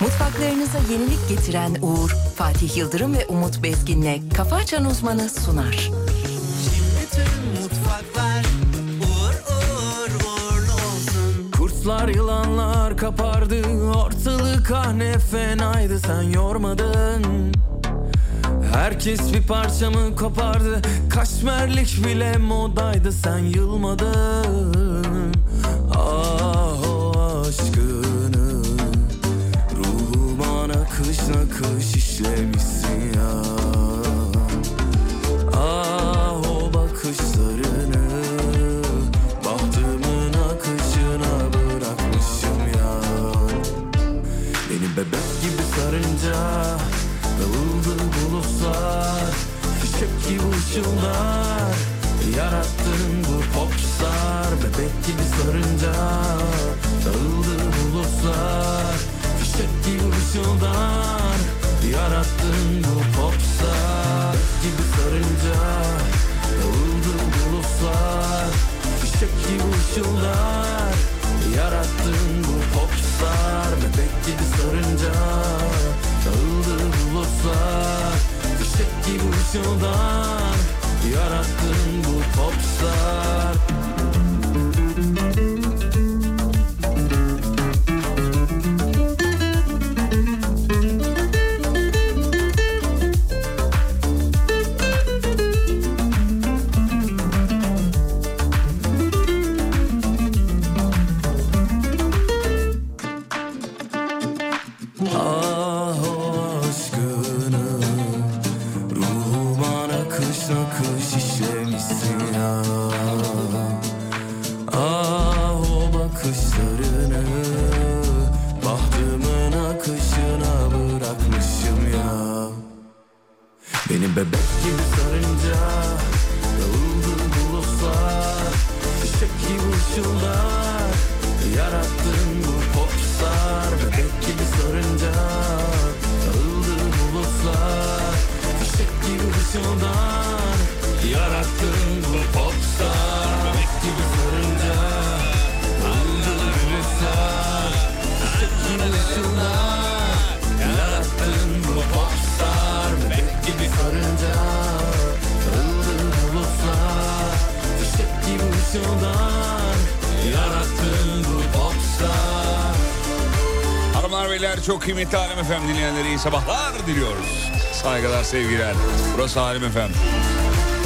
Mutfaklarınıza yenilik getiren Uğur, Fatih Yıldırım ve Umut Bezgin'le Kafa Açan Uzmanı sunar. Kurtlar yılanlar kapardı Ortalık ah ne fenaydı sen yormadın Herkes bir parçamı kopardı Kaşmerlik bile modaydı sen yılmadın Ah o aşkını Ruhuma nakış nakış işlemişsin ya Ah o bakışlarını Bahtımın akışına bırakmışım ya Beni bebek gibi sarınca Dağıldı bulutlar Fişek gibi ışıldar Yarattın bu popstar Bebek gibi sarınca Dağıldı bulutlar Fişek gibi ışıldar Yarattın bu popstar Gibi sarınca Dağıldı bulutlar Fişek gibi ışıldar Yarattın bu popstar Bebek gibi sarınca Dağıldı bulutlar Fişek gibi ışıldar Yarattın bu popstar Ah o aşkını Ruhuma nakış nakış işlemişsin ya Ah o bakışlarını Bahtımın akışına bırakmışım ya Beni bebek gibi sarınca Dağıldı bulutlar Fişek gibi ışıldar Yarattın bu popstar Bebek gibi sarınca Dağıldı bulutlar Fişek gibi ışıldar Yarattın bu popstar Bebek gibi sarınca Dağıldı bulutlar Fişek gibi ışıldar Yarattın bu popstar Bebek gibi sarınca Dağıldı bulutlar Fişek gibi ışıldar Yarattın bu popstar Hanımlar beyler çok kıymetli Alem Efem dinleyenleri iyi sabahlar diliyoruz. Saygılar sevgiler. Burası Alem Efem.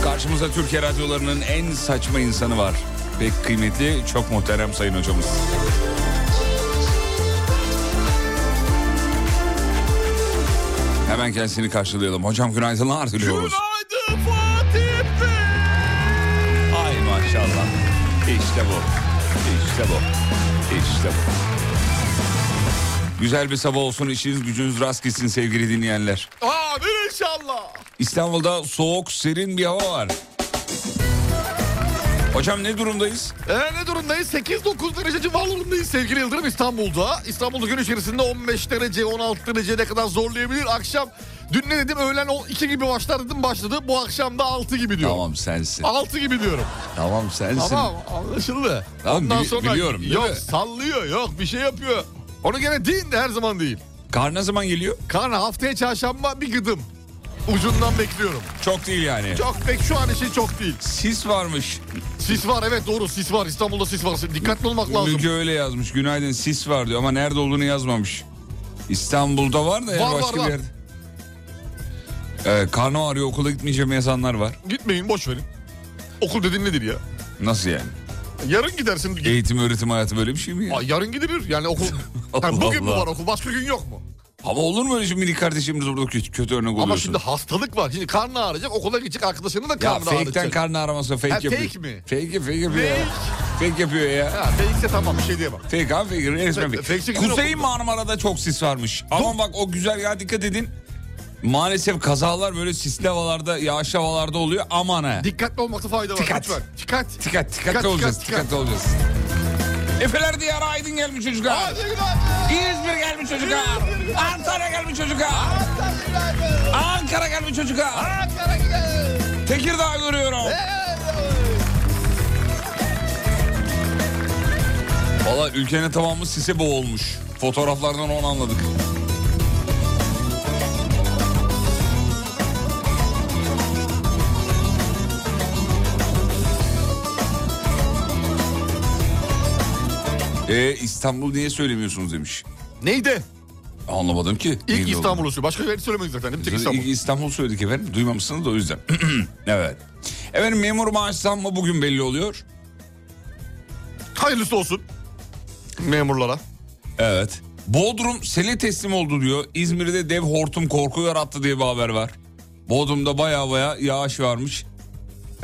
Karşımızda Türkiye radyolarının en saçma insanı var. Pek kıymetli, çok muhterem sayın hocamız. Hemen kendisini karşılayalım. Hocam günaydınlar diliyoruz. Günaydın Fatih Ay maşallah. İşte bu. İşte bu. İşte bu. Güzel bir sabah olsun. işiniz gücünüz rast gitsin sevgili dinleyenler. Bey. Amin inşallah. İstanbul'da soğuk, serin bir hava var. Hocam ne durumdayız? Ee, ne durumdayız? 8-9 derece civarlarındayız sevgili Yıldırım İstanbul'da. İstanbul'da gün içerisinde 15 derece 16 dereceye kadar zorlayabilir. Akşam dün ne dedim öğlen o 2 gibi başlar dedim başladı. Bu akşam da 6 gibi diyorum. Tamam sensin. 6 gibi diyorum. Tamam sensin. Tamam anlaşıldı. Tamam, bili- biliyorum, değil yok mi? sallıyor yok bir şey yapıyor. Onu gene deyin de her zaman değil. Kar ne zaman geliyor? Karna haftaya çarşamba bir gıdım. Ucundan bekliyorum. Çok değil yani. Çok pek şu an için çok değil. Sis varmış. Sis var evet doğru sis var. İstanbul'da sis var. Dikkatli olmak lazım. Müge öyle yazmış. Günaydın sis var diyor ama nerede olduğunu yazmamış. İstanbul'da var da yani Var, var, başka var. bir yerde. Ee, karnım ağrıyor okula gitmeyeceğim yazanlar var. Gitmeyin boş verin. Okul dediğin nedir ya? Nasıl yani? Yarın gidersin. Git- Eğitim öğretim hayatı böyle bir şey mi ya? Ay, yarın gidilir. Yani okul Allah Ha, bugün mü Allah. var okul? Başka gün yok mu? Ama olur mu öyle şimdi minik kardeşimiz burada kötü, kötü örnek oluyorsun? Ama şimdi hastalık var. Şimdi karnı ağrıyacak. Okula gidecek arkadaşının da ya karnı fake'ten ağrıyacak. karnı araması fake Ha, yapıyor. fake mi? Fake, fake yapıyor ya. Fake. Fake yapıyor ya. Ha, fake'se tamam bir şey diyemem. Fake abi fake resmen Fake- fake. fake'si güzel Kuzey okundu. Marmara'da çok sis varmış. Ama bak o güzel ya dikkat edin. Maalesef kazalar böyle sisli havalarda, yağışlı havalarda oluyor. Aman ha. Dikkatli olmakta fayda var. Dikkat. Lütfen. Dikkat. Dikkat, dikkatli olacağız, dikkatli olacağız. Efeler Diyarı Aydın gelmiş çocuklar. Hadi günaydın. İzmir gelmiş çocuklar. Antalya gelmiş çocuklar. Hadi günaydın. Ankara gelmiş çocuklar. Ankara gidelim. Tekirdağ görüyorum. Valla ülkenin tamamı sise boğulmuş. Fotoğraflardan onu anladık. E, İstanbul niye söylemiyorsunuz demiş. Neydi? Anlamadım ki. İlk Neydi o? İstanbul usulü. Başka bir yer söylemedik zaten. Bir tek İstanbul. İstanbul. İstanbul söyledik efendim. Duymamışsınız da o yüzden. evet. Efendim memur maaş zammı bugün belli oluyor. Hayırlısı olsun. Memurlara. Evet. Bodrum sele teslim oldu diyor. İzmir'de dev hortum korku yarattı diye bir haber var. Bodrum'da baya baya yağış varmış.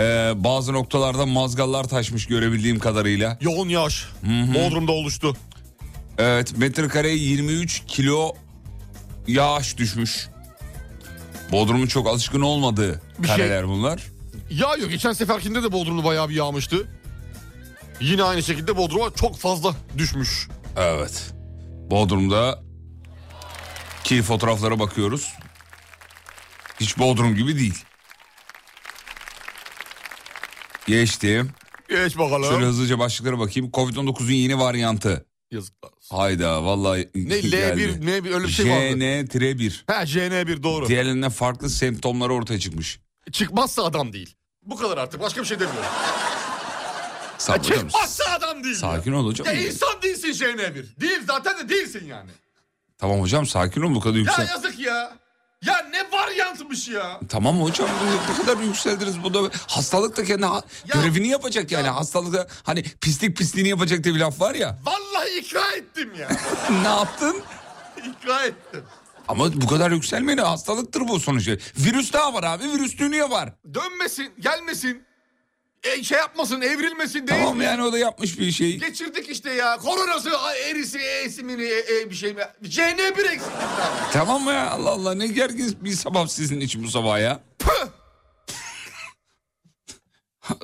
Ee, bazı noktalarda mazgallar taşmış görebildiğim kadarıyla. Yoğun yağış. Bodrum'da oluştu. Evet metrekareye 23 kilo yağış düşmüş. Bodrum'un çok alışkın olmadığı Bir şey- kareler bunlar. Yağıyor. Geçen seferkinde de Bodrum'da bayağı bir yağmıştı. Yine aynı şekilde Bodrum'a çok fazla düşmüş. Evet. Bodrum'da ki fotoğraflara bakıyoruz. Hiç Bodrum gibi değil. Geçtim. Geç bakalım. Şöyle hızlıca başlıklara bakayım. Covid-19'un yeni varyantı. Yazıklar. Hayda vallahi Ne iyi L1 geldi. ne bir öyle bir şey vardı. JN-1. Ha JN1 doğru. Diğerlerinden farklı semptomları ortaya çıkmış. Çıkmazsa adam değil. Bu kadar artık başka bir şey demiyorum. Sabredin misin? Çıkmazsa adam değil. Sakin ol hocam. Ya insan değilsin JN1. Değil zaten de değilsin yani. Tamam hocam sakin ol bu kadar Ya yüksel. yazık ya. Ya ne varyantmış ya. Tamam hocam bu- bu kadar yükseldiniz. Bu da hastalık da kendi ha- Ya- görevini yapacak yani. Hastalıkta hani pislik pisliğini yapacak diye bir laf var ya. Vallahi ikra ettim ya. ne yaptın? ikra ettim. Ama bu kadar yükselmeyin hastalıktır bu sonuçta. Virüs daha var abi virüs dünya var. Dönmesin, gelmesin. E, şey yapmasın, evrilmesin değil. Tamam yani o da yapmış bir şey. Geçirdik işte ya. Koronası, a- erisi, esimini, e, e, bir şey mi? CN1 eksik. Tamam mı ya Allah Allah ne gergin bir sabah sizin için bu sabah ya. Püh!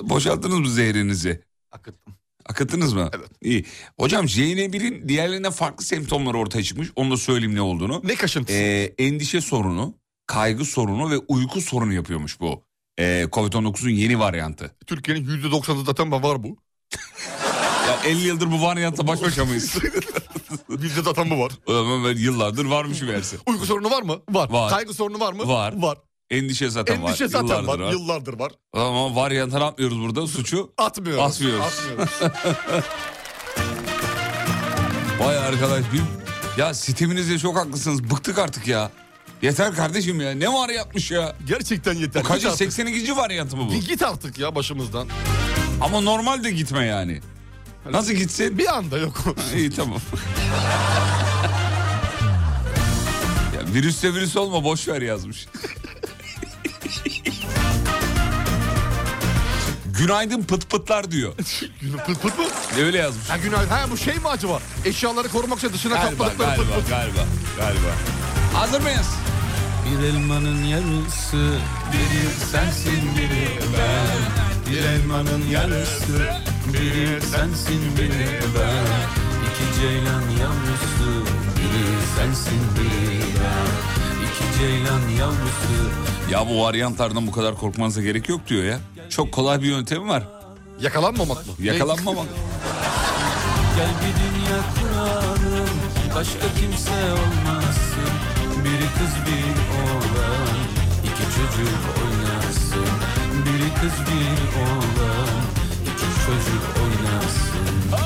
Boşalttınız mı zehrinizi? Akıttım. Akıttınız mı? Evet. İyi. Hocam JN1'in diğerlerinden farklı semptomları ortaya çıkmış. Onu da söyleyeyim ne olduğunu. Ne kaşıntısı? Ee, endişe sorunu, kaygı sorunu ve uyku sorunu yapıyormuş bu. Ee, Covid-19'un yeni varyantı. Türkiye'nin %90'ı zaten var bu. Ya 50 yıldır bu varyantla baş başa mıyız? Bizde zaten bu var. Ulan ben yıllardır varmış meğerse. Uyku sorunu var mı? Var. Var. Kaygı sorunu var mı? Var. Var. Endişe zaten var. Endişe zaten yıllardır var. var. Yıllardır var. Ama varyanta ne yapmıyoruz burada? Suçu Atmıyoruz. Atmıyoruz. Atmıyoruz. Vay arkadaş bir... Ya sisteminizde çok haklısınız. Bıktık artık ya. Yeter kardeşim ya. Ne var yapmış ya? Gerçekten yeter. Bu kaç? Git artık. 82. varyantı mı bu? Git artık ya başımızdan. Ama normal de gitme yani. Nasıl gitse Bir anda yok. İyi tamam. ya virüste virüs olma boş ver yazmış. Günaydın pıt pıtlar diyor. pıt pıt pıt. Öyle yazmış. Ha günaydın. Ha bu şey mi acaba? Eşyaları korumak için dışına Galiba kapladıkları pıt galiba pıt. galiba galiba. Hazır mıyız? Bir elmanın yarısı Biri sensin biri ben Bir elmanın yarısı Biri sensin biri ben İki ceylan yavrusu Biri sensin biri ben İki ceylan yavrusu Ya bu varyantlardan bu kadar korkmanıza gerek yok diyor ya. Çok kolay bir yöntemi var. Yakalanmamak mı? Yakalanmamak. Gel bir dünya kuralım Başka kimse olmasın Biri kız bir oğlan iki çocuk oynasın Biri kız bir oğlan iki çocuk oynasın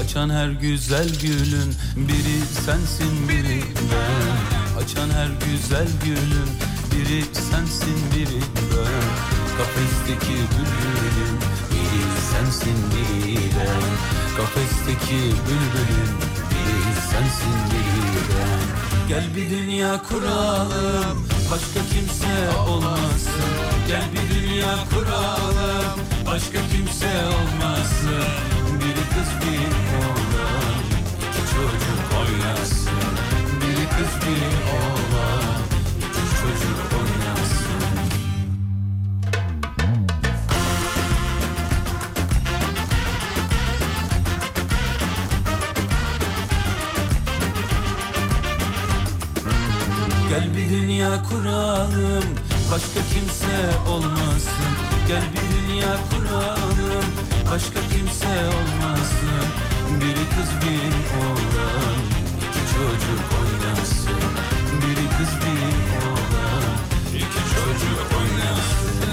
Açan her güzel gülün biri sensin biri ben Açan her güzel gülün biri sensin biri ben Kafesteki bülbülün biri sensin biri ben Kafesteki bülbülün biri sensin biri ben Gel bir dünya kuralım başka kimse olmasın Gel bir dünya kuralım başka kimse olmasın Biri kız bir oğlan iki çocuk oynasın Biri kız bir oğlan iki çocuk oynasın Gel bir dünya kuralım Başka kimse olmasın Gel bir dünya kuralım Başka kimse olmasın Biri kız bir oğlan iki çocuk oynasın Biri kız bir oğlan iki çocuk oynasın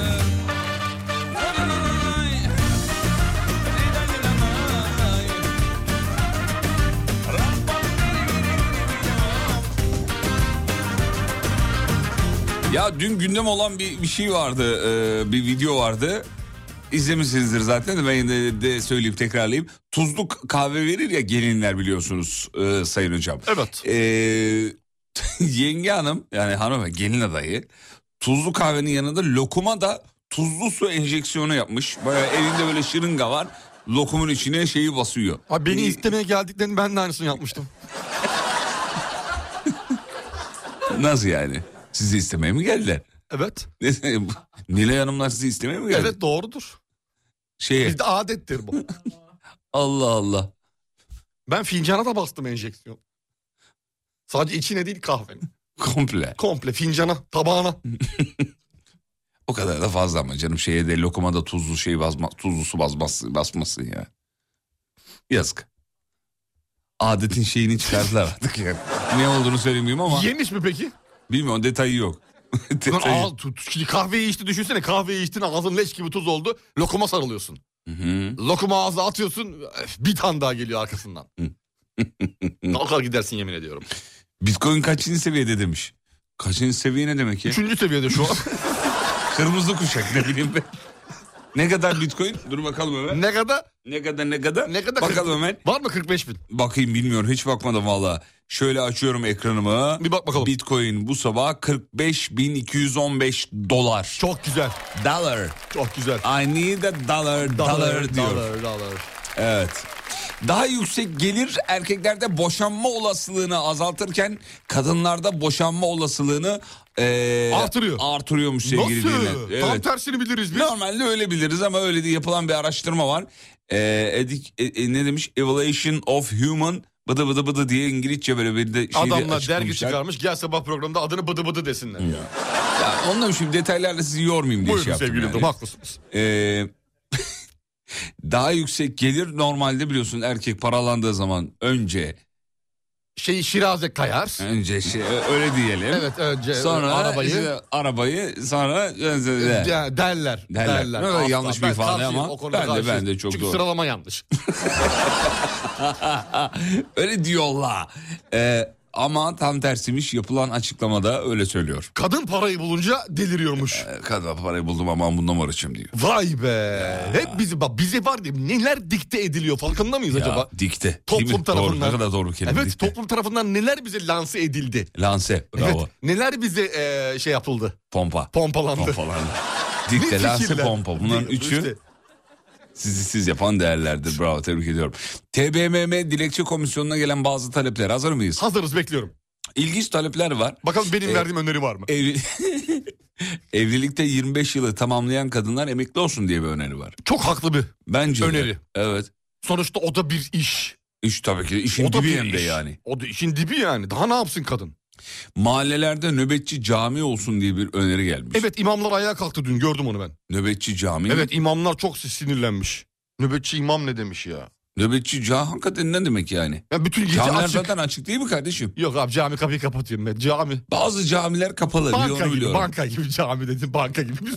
Ya dün gündem olan bir, bir şey vardı, e, bir video vardı. İzlemişsinizdir zaten de ben de, de söyleyip tekrarlayayım. Tuzlu kahve verir ya gelinler biliyorsunuz e, sayın hocam. Evet. E, yenge hanım yani hanım gelin adayı tuzlu kahvenin yanında lokuma da tuzlu su enjeksiyonu yapmış. Bayağı elinde böyle şırınga var. Lokumun içine şeyi basıyor. Abi beni istemeye geldiklerini ben de aynısını yapmıştım. Nasıl yani? Sizi istemeye mi geldiler? Evet. Nilay Hanımlar sizi istemeye mi geldi? Evet doğrudur. Şeye, Bizde adettir bu. Allah Allah. Ben fincana da bastım enjeksiyon. Sadece içine değil kahvenin. Komple. Komple fincana, tabağına. O kadar da fazla ama canım şeye de lokuma da tuzlu şey basma, tuzlu su basmasın, basmasın ya. Yazık. Adetin şeyini çıkardılar artık yani. Ne olduğunu söylemeyeyim ama Yemiş mi peki? bilmiyorum detayı yok. Lan detayı. ağ, tu- tu- şimdi kahveyi içti düşünsene kahveyi içtin ağzın leş gibi tuz oldu. Lokuma sarılıyorsun. Hı hı. Lokuma ağza atıyorsun öf, bir tane daha geliyor arkasından. Kalkar gidersin yemin ediyorum. Bitcoin kaçıncı seviyede demiş. Kaçıncı seviye ne demek ya? Üçüncü seviyede şu an. Kırmızı kuşak ne bileyim ben. Ne kadar bitcoin? Dur bakalım Ömer. ne kadar? Ne kadar ne kadar? Ne kadar? Bakalım Ömer. Var mı 45 bin? Bakayım bilmiyorum hiç bakmadım valla. Şöyle açıyorum ekranımı. Bir bak bakalım. Bitcoin bu sabah 45.215 dolar. Çok güzel. Dollar. Çok güzel. I need a dollar, dollar, diyor. Dolar, dolar. Evet. Daha yüksek gelir erkeklerde boşanma olasılığını azaltırken kadınlarda boşanma olasılığını eee, Artırıyor. Artırıyormuş sevgili Nasıl? dinleyenler. Tam Evet. tersini biliriz biz. Normalde öyle biliriz ama öyle diye yapılan bir araştırma var. Ee, edik, e- e, ne demiş? Evaluation of Human bıdı bıdı bıdı diye İngilizce böyle bir de şeyi de Adamlar açıklamışlar. dergi çıkarmış gel sabah programda adını bıdı bıdı desinler. Ya. Ya, onunla şimdi detaylarla sizi yormayayım diye şey Buyurun yaptım sevgili yani. Yıldırım, haklısınız. Ee, daha yüksek gelir normalde biliyorsun erkek paralandığı zaman önce Şey Şiraze Kayar. önce şey ö- öyle diyelim. Evet önce Sonra arabayı. işte arabayı sonra Ya, derler. Derler. Derler. Ne kadar Asla. yanlış bir Ben ifade karşıyım, ama o konuda ben de- karşıyım. ben de çok Çünkü doğru. sıralama yanlış. öyle diyorlar. Ee, ama tam tersiymiş yapılan açıklamada öyle söylüyor. Kadın parayı bulunca deliriyormuş. kadar parayı buldum aman bundan var içim diyor. Vay be. Hep bizi bak bize var diye neler dikte ediliyor farkında mıyız acaba? Ya, dikte. değil Toplum mi? Doğru, tarafından. ne kadar doğru bir kelime. Evet dikte. toplum tarafından neler bize lanse edildi. Lanse. Bravo. Evet, neler bize eee, şey yapıldı. Pompa. Pompalandı. Pompalandı. Ne dikte, lanse, fikirler. pompa. Bunların Değil, üçü işte. sizi siz yapan değerlerdir. Bravo tebrik ediyorum. TBMM dilekçe komisyonuna gelen bazı talepler. Hazır mıyız? Hazırız bekliyorum. İlginç talepler var. Bakalım benim Ee, verdiğim öneri var mı? Evli- Evlilikte 25 yılı tamamlayan kadınlar emekli olsun diye bir öneri var. Çok haklı bir. Bence de. Öneri. Evet. Sonuçta o da bir iş. İş tabii ki işin o da dibi bir hem de iş. yani. O da işin dibi yani. Daha ne yapsın kadın? Mahallelerde nöbetçi cami olsun diye bir öneri gelmiş. Evet imamlar ayağa kalktı dün gördüm onu ben. Nöbetçi cami. Evet imamlar çok sinirlenmiş. Nöbetçi imam ne demiş ya? Nöbetçi cami hakikaten ne demek yani? Ya bütün gece Camiler açık. zaten açık değil mi kardeşim? Yok abi cami kapıyı kapatıyorum ben. Cami. Bazı camiler kapalı. bir Banka onu gibi, biliyorum. banka gibi cami dedim. Banka gibi. Biz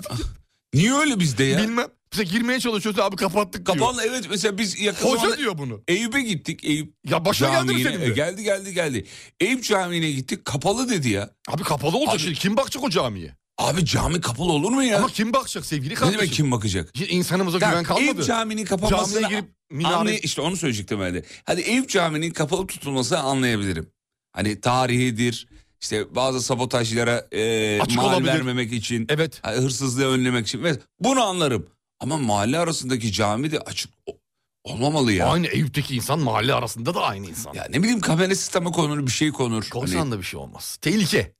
Niye öyle bizde ya? bilmem. Bize girmeye çalışıyoruz abi kapattık diyor. Kapalı evet mesela biz yakın Hoca zamanda diyor bunu. Eyüp'e gittik. Eyüp Ya başına geldi mi Camii'ne- senin E, de? geldi geldi geldi. Eyüp Camii'ne gittik kapalı dedi ya. Abi kapalı olacak Abi- şimdi. Kim bakacak o camiye? Abi cami kapalı olur mu ya? Ama kim bakacak sevgili ne kardeşim? demek kim bakacak? Ya İnsanımıza Ya, güven Eyüp kalmadı. Camii'nin kapanmasını Camiye girip anlay- minare... işte onu söyleyecektim öyle. Hadi Eyüp Camii'nin kapalı tutulması anlayabilirim. Hani tarihidir. İşte bazı sabotajlara e, Açık mal olabilir. vermemek için. Evet. Ha, hırsızlığı önlemek için. Evet, bunu anlarım. Ama mahalle arasındaki cami de açık o- olmamalı ya. Aynı Eyüp'teki insan mahalle arasında da aynı insan. Ya ne bileyim kamera sistemi konur, bir şey konur. Konsan Hani- da bir şey olmaz. Tehlike.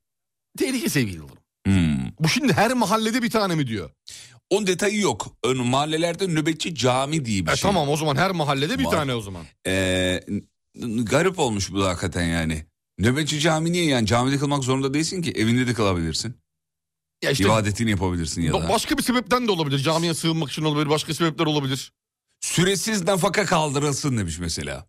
Tehlike sevgili Yıldırım. Hmm. Bu şimdi her mahallede bir tane mi diyor? Onun detayı yok. Ön mahallelerde nöbetçi cami diye bir E şey. E, tamam o zaman her mahallede bir Var. tane o zaman. Ee, n- n- garip olmuş bu da hakikaten yani. Nöbetçi cami niye yani? Camide kılmak zorunda değilsin ki. Evinde de kılabilirsin. Ya işte İbadetini yapabilirsin ya da. başka bir sebepten de olabilir. Camiye sığınmak için olabilir. Başka sebepler olabilir. Süresiz nafaka kaldırılsın demiş mesela.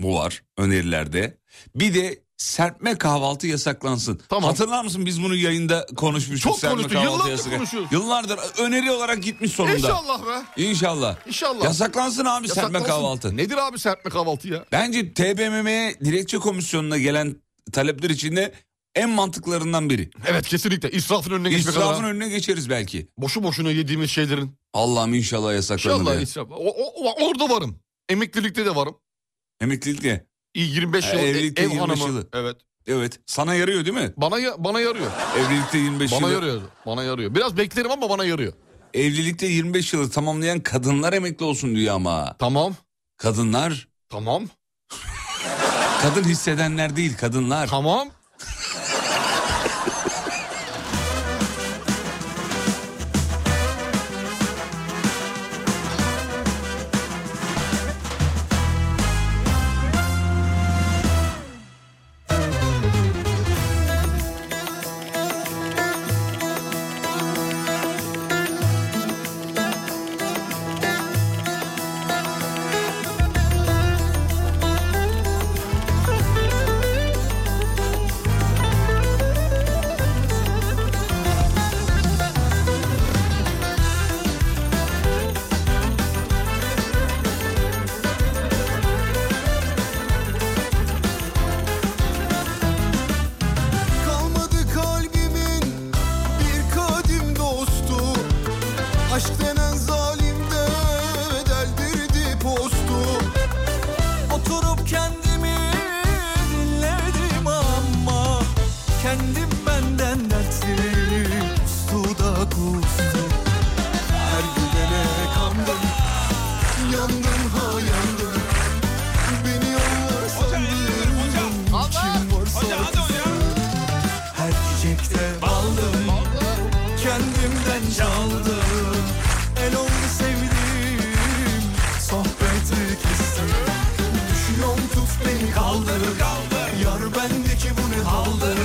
Bu var önerilerde. Bir de serpme kahvaltı yasaklansın. Tamam. Hatırlar mısın biz bunu yayında konuşmuştuk. Çok serpme konuştuk, kahvaltı yıllardır yasak- konuşuyoruz. Yıllardır öneri olarak gitmiş sonunda. İnşallah be. İnşallah. İnşallah. Yasaklansın abi serpme Yasaklansın. kahvaltı. Nedir abi serpme kahvaltı ya? Bence TBMM'ye dilekçe komisyonuna gelen talepler içinde en mantıklarından biri. Evet kesinlikle. İsrafın önüne geçmek İsrafın adına. önüne geçeriz belki. Boşu boşuna yediğimiz şeylerin. Allah'ım inşallah yasaklanır. İnşallah ya. israf. O, o- o- orada varım. Emeklilikte de varım. Emeklilik ne? İyi 25 Ha, yıl e, evlilikte ev 25 hanımı. yılı. Evet. Evet. Sana yarıyor değil mi? Bana ya- bana yarıyor. Evlilikte 25 Bana yılı. yarıyor. Bana yarıyor. Biraz beklerim ama bana yarıyor. Evlilikte 25 yılı tamamlayan kadınlar emekli olsun diyor ama. Tamam. Kadınlar. Tamam. Kadın hissedenler değil kadınlar. Tamam. Kalmadı kalbimin bir kadim dostu Aşk denen zalimde deldirdi postu Oturup kendimi dinledim ama Kendim benden dertli kustu da kustu Her güvene kandım Yandım ha yandım Beni yollar sandım Kim varsa her çiçekte baldım Kendimden çaldım El oldu sevdim Sohbeti kestim Düşüyorum tut beni kaldır kaldır Yar bendeki bu ne haldır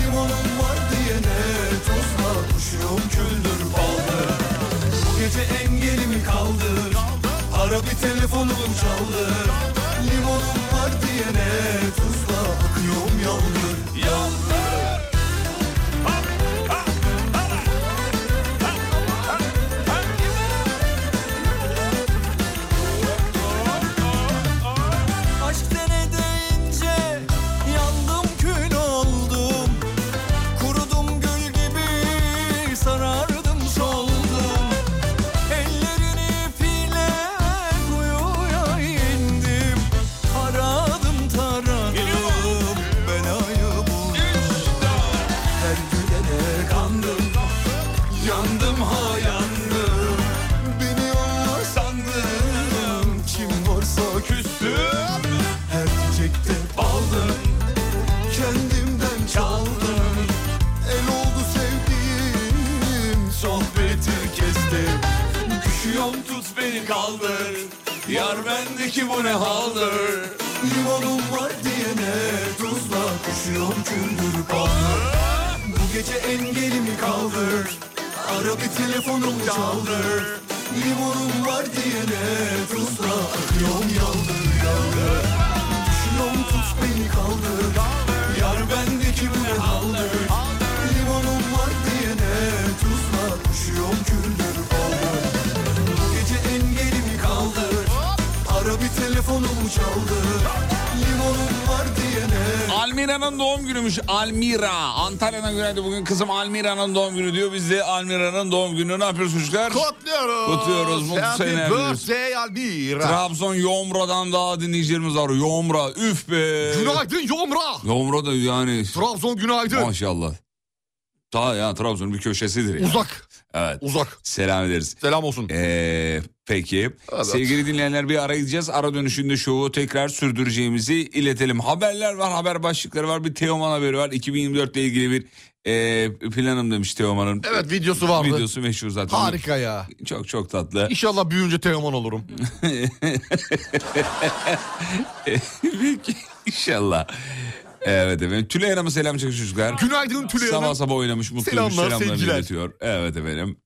Limonum var diyene tuzla Düşüyorum küldür baldır Bu gece engelimi kaldır Ara bir telefonum çaldı Limonum var diyene tuzla Akıyorum yaldır Yaldır Aşk dene deyince yandım kül oldum Kurudum gül gibi sarardım soldum Ellerini ipiyle kuyuya indim Aradım taradım belayı buldum Her gülene kandım Yandım ha yandım Beni onlar sandım Kim varsa küstüm Her çiçekte aldım Kendimden çaldım El oldu sevdiğim Sohbeti kestim Düşüyorum tut beni kaldır Yar bendeki bu ne haldır Limonum var diyene tuzla Düşüyorum küldür kaldır bu gece engelimi kaldır Ara bir telefonum çaldır Limonum var diyene tuzla Akıyorum yaldır yaldır Düşüyorum tut beni kaldır Yar bendeki bu ne haldir Limonum var diyene tuzla Düşüyorum küldür kaldır Bu gece engelimi kaldır Ara bir telefonum çaldır Limonum var diyene Almira'nın doğum günüymüş Almira. Antalya'dan günaydın bugün kızım Almira'nın doğum günü diyor. Biz de Almira'nın doğum günü ne yapıyoruz çocuklar? Kutluyoruz. Kutluyoruz, mutlu Happy seneler diliyoruz. birthday Albira. Trabzon Yomra'dan daha dinleyicilerimiz var. Yomra üf be. Günaydın Yomra. Yomra da yani Trabzon günaydın. maşallah. Ta ya Trabzon'un bir köşesidir yani. Uzak. Evet. Uzak. Selam ederiz. Selam olsun. Ee, peki. Evet. Sevgili dinleyenler bir ara gideceğiz. Ara dönüşünde şovu tekrar sürdüreceğimizi iletelim. Haberler var, haber başlıkları var. Bir Teoman haberi var. 2024 ile ilgili bir e, planım demiş Teoman'ın. Evet videosu vardı. Videosu meşhur zaten. Harika ya. Çok çok tatlı. İnşallah büyüyünce Teoman olurum. Peki, İnşallah. Evet efendim. Tülay Hanım'a selam çekiyor çocuklar. Günaydın Tülay Hanım. Sabah sabah oynamış mutlu Selamlar, selamlar, selamlar sevgiler. iletiyor. Evet efendim.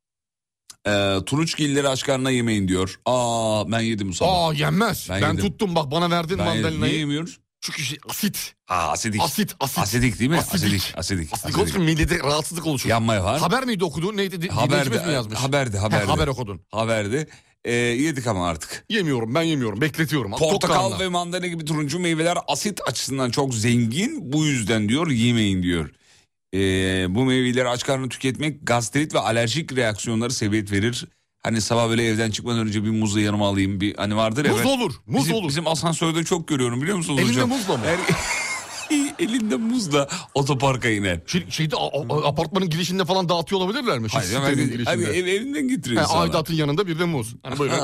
Ee, Turuçgilleri aşkarına yemeyin diyor. Aa ben yedim bu sabah. Aa yenmez. Ben, Ben yedim. tuttum bak bana verdin ben yedim. Niye mandalinayı. yemiyoruz? Çünkü şey, asit. Aa asidik. Asit. Asit. Asidik değil mi? Asidik. Asidik. Asidik. Asit olsun midede rahatsızlık oluşur. Yanmaya var. Haber miydi okudu? Neydi? Di- dinleyicimiz mi yazmış? haberdi, He, haberdi. haber okudun. haberdi. Ee, yedik ama artık. Yemiyorum ben yemiyorum. Bekletiyorum. Tok karnına. Portakal ve mandalina gibi turuncu meyveler asit açısından çok zengin. Bu yüzden diyor yemeyin diyor. Ee, bu meyveleri aç karnına tüketmek gastrit ve alerjik reaksiyonları sebebiyet verir. Hani sabah böyle evden çıkmadan önce bir muzu yanıma alayım bir hani vardır ya. Muz ben- olur. Muz bizim, olur. Bizim asansörde çok görüyorum biliyor musunuz Elinde hocam? muzla mı? Her- elinde muzla otoparka iner. Şey, şeyde a- a- apartmanın girişinde falan dağıtıyor olabilirler mi? Şey, Hayır, sitenin hani, girişinde. hani ev, evinden He, getiriyor sana. aidatın yanında bir de muz. Hani böyle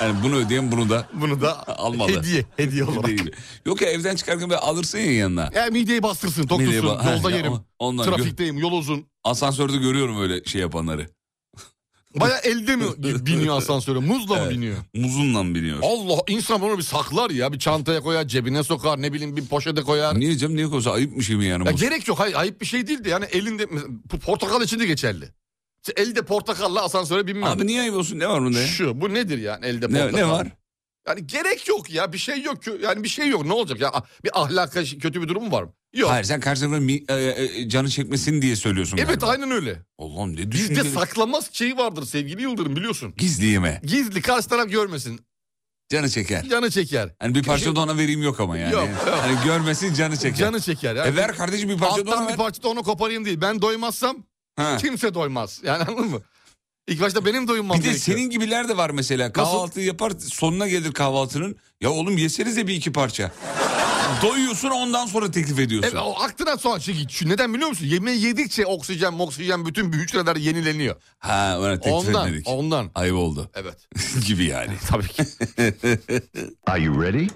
Yani bunu ödeyen bunu da bunu da Almalı. hediye hediye olarak. değil. Yok ya evden çıkarken böyle alırsın ya yanına. E, mideyi bastırsın, tok Mideyi tutsun, ba- yolda Ha, ya, yerim, o- ondan gö- trafikteyim, yol uzun. Asansörde görüyorum öyle şey yapanları. Baya elde mi biniyor asansöre, muzla mı Evet. biniyor? Muzunla mı biniyor? Allah insan bunu bir saklar ya, bir çantaya koyar, cebine sokar, ne bileyim bir poşete koyar. Niye canım niye koysa ayıp bir şey mi yani Ya muz? gerek yok, hayır, ayıp bir şey değil de yani elinde, bu portakal için de geçerli. İşte elde portakalla asansöre binmem. Abi niye ayıp olsun ne var bunda ya? Şu, bu nedir yani elde Ne, portakal? ne var? Yani gerek yok ya bir şey yok ki- yani bir şey yok ne olacak ya bir ahlaka şi- kötü bir durum mu var mı? Yok. Hayır sen karşı tarafın mi- e, e, e, canı çekmesin diye söylüyorsun. evet galiba. aynen öyle. Allah'ım ne Bizde düşünceli. şey. saklanmaz şeyi vardır sevgili Yıldırım biliyorsun. Gizli yeme. Gizli karşı taraf görmesin Canı çeker. canı çeker. Hani bir parça da ona vereyim yok ama yani. Yok, yok. Hani görmesin canı çeker. Canı çeker. Yani E ver kardeşim bir parça da alttan ona bir ver. parça da onu koparayım değil. Ben doymazsam Ha. kimse doymaz. Yani anladın mı? İlk başta benim doyunmam Bir de gerekiyor. senin gibiler de var mesela. Kahvaltı yapar sonuna gelir kahvaltının. Ya oğlum yeseniz de bir iki parça. Doyuyorsun ondan sonra teklif ediyorsun. Evet, E, o aklına sonra şey git. Şu Neden biliyor musun? Yemeği yedikçe oksijen, oksijen bütün bir hücreler yenileniyor. Ha ona teklif ondan, etmedik. ondan. Ayıp oldu Evet. gibi yani. Tabii ki. Are you ready?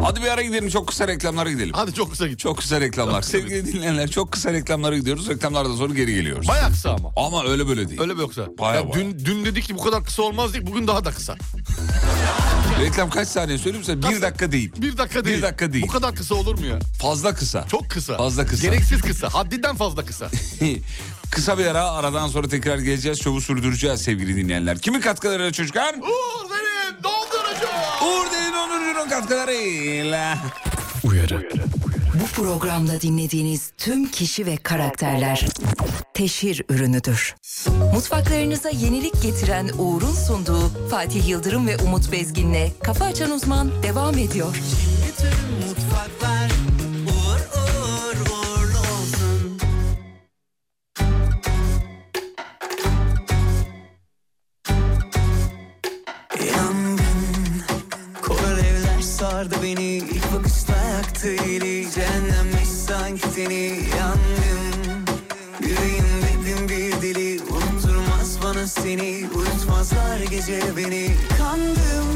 Hadi bir ara gidelim çok kısa reklamlara gidelim. Hadi çok kısa git. Çok kısa reklamlar. Sevgili dinleyenler çok kısa reklamlara gidiyoruz. Reklamlardan sonra geri geliyoruz. Bayağı kısa ama. Ama öyle böyle değil. Öyle mi yoksa? Baya Ya baya. Dün, dün dedik ki bu kadar kısa olmaz dedik bugün daha da kısa. Reklam kaç saniye söyleyeyim size? Kaç- Bir dakika değil. Bir dakika değil. dakika değil. Bu kadar kısa olur mu ya? Fazla kısa. Çok kısa. Fazla kısa. Gereksiz kısa. Haddinden fazla kısa. kısa bir ara aradan sonra tekrar geleceğiz. Şovu sürdüreceğiz sevgili dinleyenler. Kimin katkılarıyla çocuklar? Uğur benim dondurucu. Uğur Derin Onur Ürün katkılarıyla. Bu programda dinlediğiniz tüm kişi ve karakterler teşhir ürünüdür. Mutfaklarınıza yenilik getiren Uğur'un sunduğu Fatih Yıldırım ve Umut Bezgin'le Kafa Açan Uzman devam ediyor. Mutfaklar uğur uğur uğurlu olsun. Yangın, korar evler sardı beni. İlk bakışta yaktı eli, cehennemmiş sanki seni. Yangın, yüreğim dedim bir deli. Unutturmaz bana seni, uyutmazlar gece beni. Kandım,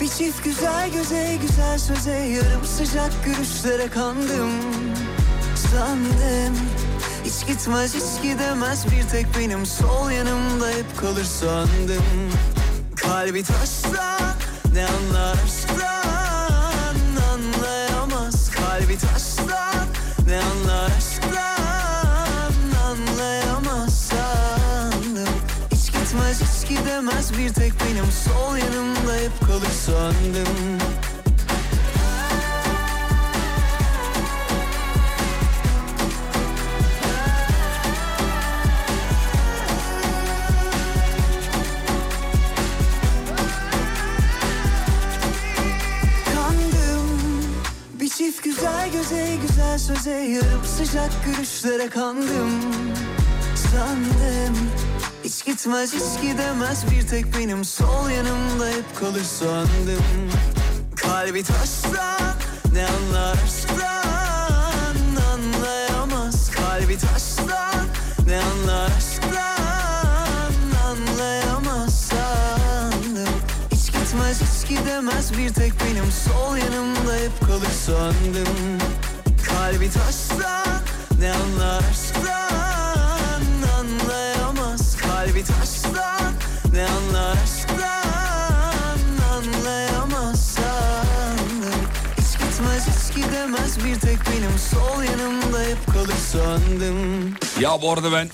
bir çift güzel göze güzel söze yarım sıcak görüşlere kandım sandım Hiç gitmez hiç gidemez bir tek benim sol yanımda hep kalır sandım Kalbi taşsa ne anlar aşktan anlayamaz Kalbi taşsa ne anlar aşktan anlayamaz sandım Hiç gitmez hiç gidemez bir tek benim sol yanımda hep kalır sandım kandım Bir çift güzel göze güzel söze yarım sıcak görüşlere kandım Sandım hiç gitmez hiç gidemez bir tek benim sol yanımda hep kalır sandım Kalbi taşsa ne anlar aşktan anlayamaz Kalbi taşsa ne anlar aşktan gidemez bir tek benim Sol yanımda hep kalır sandım Kalbi taşsa ne anlar aşktan Anlayamaz kalbi taşsa ne anlar aşktan Anlayamaz sandım Hiç gitmez hiç gidemez bir tek benim Sol yanımda hep kalır sandım Ya bu arada ben...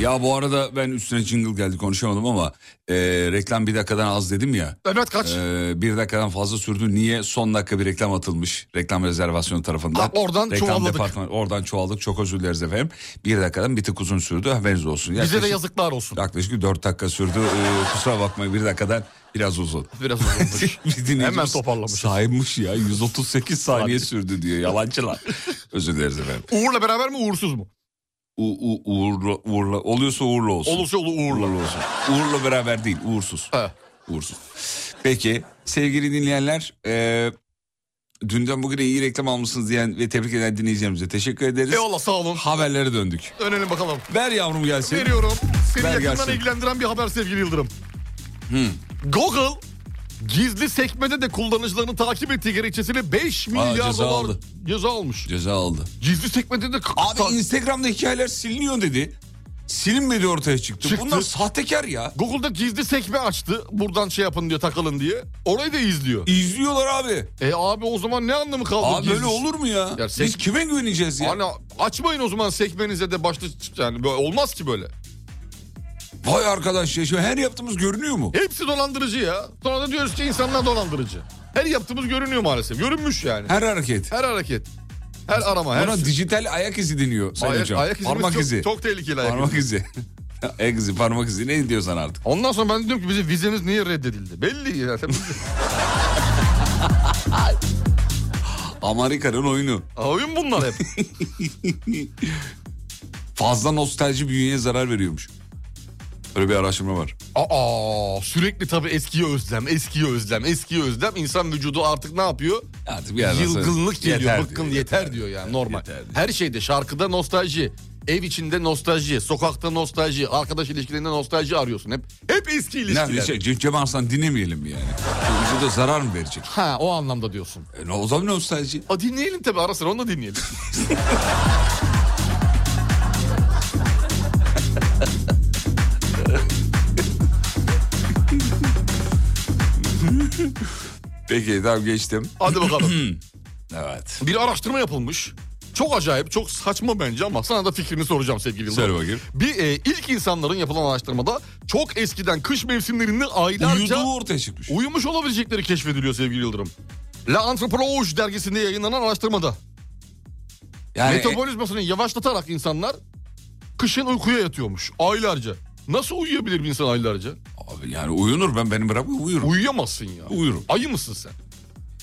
Ya bu arada ben üstüne jingle geldi konuşamadım ama e, reklam bir dakikadan az dedim ya. Evet kaç? E, bir dakikadan fazla sürdü. Niye? Son dakika bir reklam atılmış. Reklam rezervasyonu tarafından. Ha, oradan reklam çuvalladık. departmanı- oradan çoğaldık. Çok özür dileriz efendim. Bir dakikadan bir tık uzun sürdü. Haberiniz olsun. Bize de Yaklaşık- yazıklar olsun. Yaklaşık 4 dakika sürdü. Ee, kusura bakmayın bir dakikadan biraz uzun. Biraz uzunmuş. Bir dinleyicimiz Hemen toparlamış. Saymış ya 138 saniye sürdü diyor yalancılar. Özür dileriz efendim. Uğur'la beraber mi uğursuz mu? U, u, uğurlu, uğurlu, oluyorsa uğurlu olsun. Olursa olur uğurlu Uğur'la. olsun. Uğurlu beraber değil uğursuz. He. Uğursuz. Peki sevgili dinleyenler e, dünden bugüne iyi reklam almışsınız diyen ve tebrik eden dinleyicilerimize teşekkür ederiz. Eyvallah E sağ olun. Haberlere döndük. Dönelim bakalım. Ver yavrum gelsin. Veriyorum. Seni Ver yakından gelsin. ilgilendiren bir haber sevgili Yıldırım. Google gizli sekmede de kullanıcılarını takip ettiği gerekçesiyle 5 milyar ceza dolar aldı. ceza almış. Ceza aldı. Gizli sekmede de... Abi Instagram'da hikayeler siliniyor dedi. Silinmedi ortaya çıktı. Çıktı. Bunlar sahtekar ya. Google'da gizli sekme açtı. Buradan şey yapın diyor takılın diye. Orayı da izliyor. İzliyorlar abi. E abi o zaman ne anlamı kaldı? Abi gizli- böyle olur mu ya? Ya sen- Biz kime güveneceğiz ya? Hani açmayın o zaman sekmenize de başlı yani böyle olmaz ki böyle. Vay arkadaş ya şu her yaptığımız görünüyor mu? Hepsi dolandırıcı ya. Sonra da diyoruz ki insanlar dolandırıcı. Her yaptığımız görünüyor maalesef. Görünmüş yani. Her hareket. Her hareket. Her arama. Her şey. Ona dijital ayak izi deniyor Sayın ayak, Hocam. ayak izimiz parmak çok, izi. çok tehlikeli ayak Parmak izi. izi. ayak izi, parmak izi ne diyorsan artık. Ondan sonra ben dedim ki bize vizeniz niye reddedildi? Belli ya. Amerika'nın oyunu. Oyun bunlar hep. Fazla nostalji bünyeye zarar veriyormuş. Öyle bir araştırma var. Aa, sürekli tabii eskiye özlem, eskiye özlem, eskiye özlem. İnsan vücudu artık ne yapıyor? Artık bir yerden sonra Yılgınlık geliyor, yeter bıkkın diyor, yeter, diyor yani normal. yeter diyor. Her şeyde şarkıda nostalji, ev içinde nostalji, sokakta nostalji, arkadaş ilişkilerinde nostalji arıyorsun hep. Hep eski Ne ilişkiler. yapayım, şey, Cem- Cem Arslan dinlemeyelim mi yani? Bu Vücuda zarar mı verecek? Ha o anlamda diyorsun. E, ne o zaman nostalji? A, dinleyelim tabii ara sıra onu da dinleyelim. Peki tamam geçtim. Hadi bakalım. Evet. bir araştırma yapılmış. Çok acayip, çok saçma bence ama sana da fikrini soracağım sevgili Yıldırım. Söyle bakayım. Bir e, ilk insanların yapılan araştırmada çok eskiden kış mevsimlerinde aylarca Uyuduğu ortaya çıkmış. uyumuş olabilecekleri keşfediliyor sevgili Yıldırım. La Anthropologie dergisinde yayınlanan araştırmada Yani metabolizmasını yavaşlatarak insanlar kışın uykuya yatıyormuş aylarca. Nasıl uyuyabilir bir insan aylarca? Abi yani uyunur ben beni bırak uyurum. Uyuyamazsın ya. uyurum. Ayı mısın sen?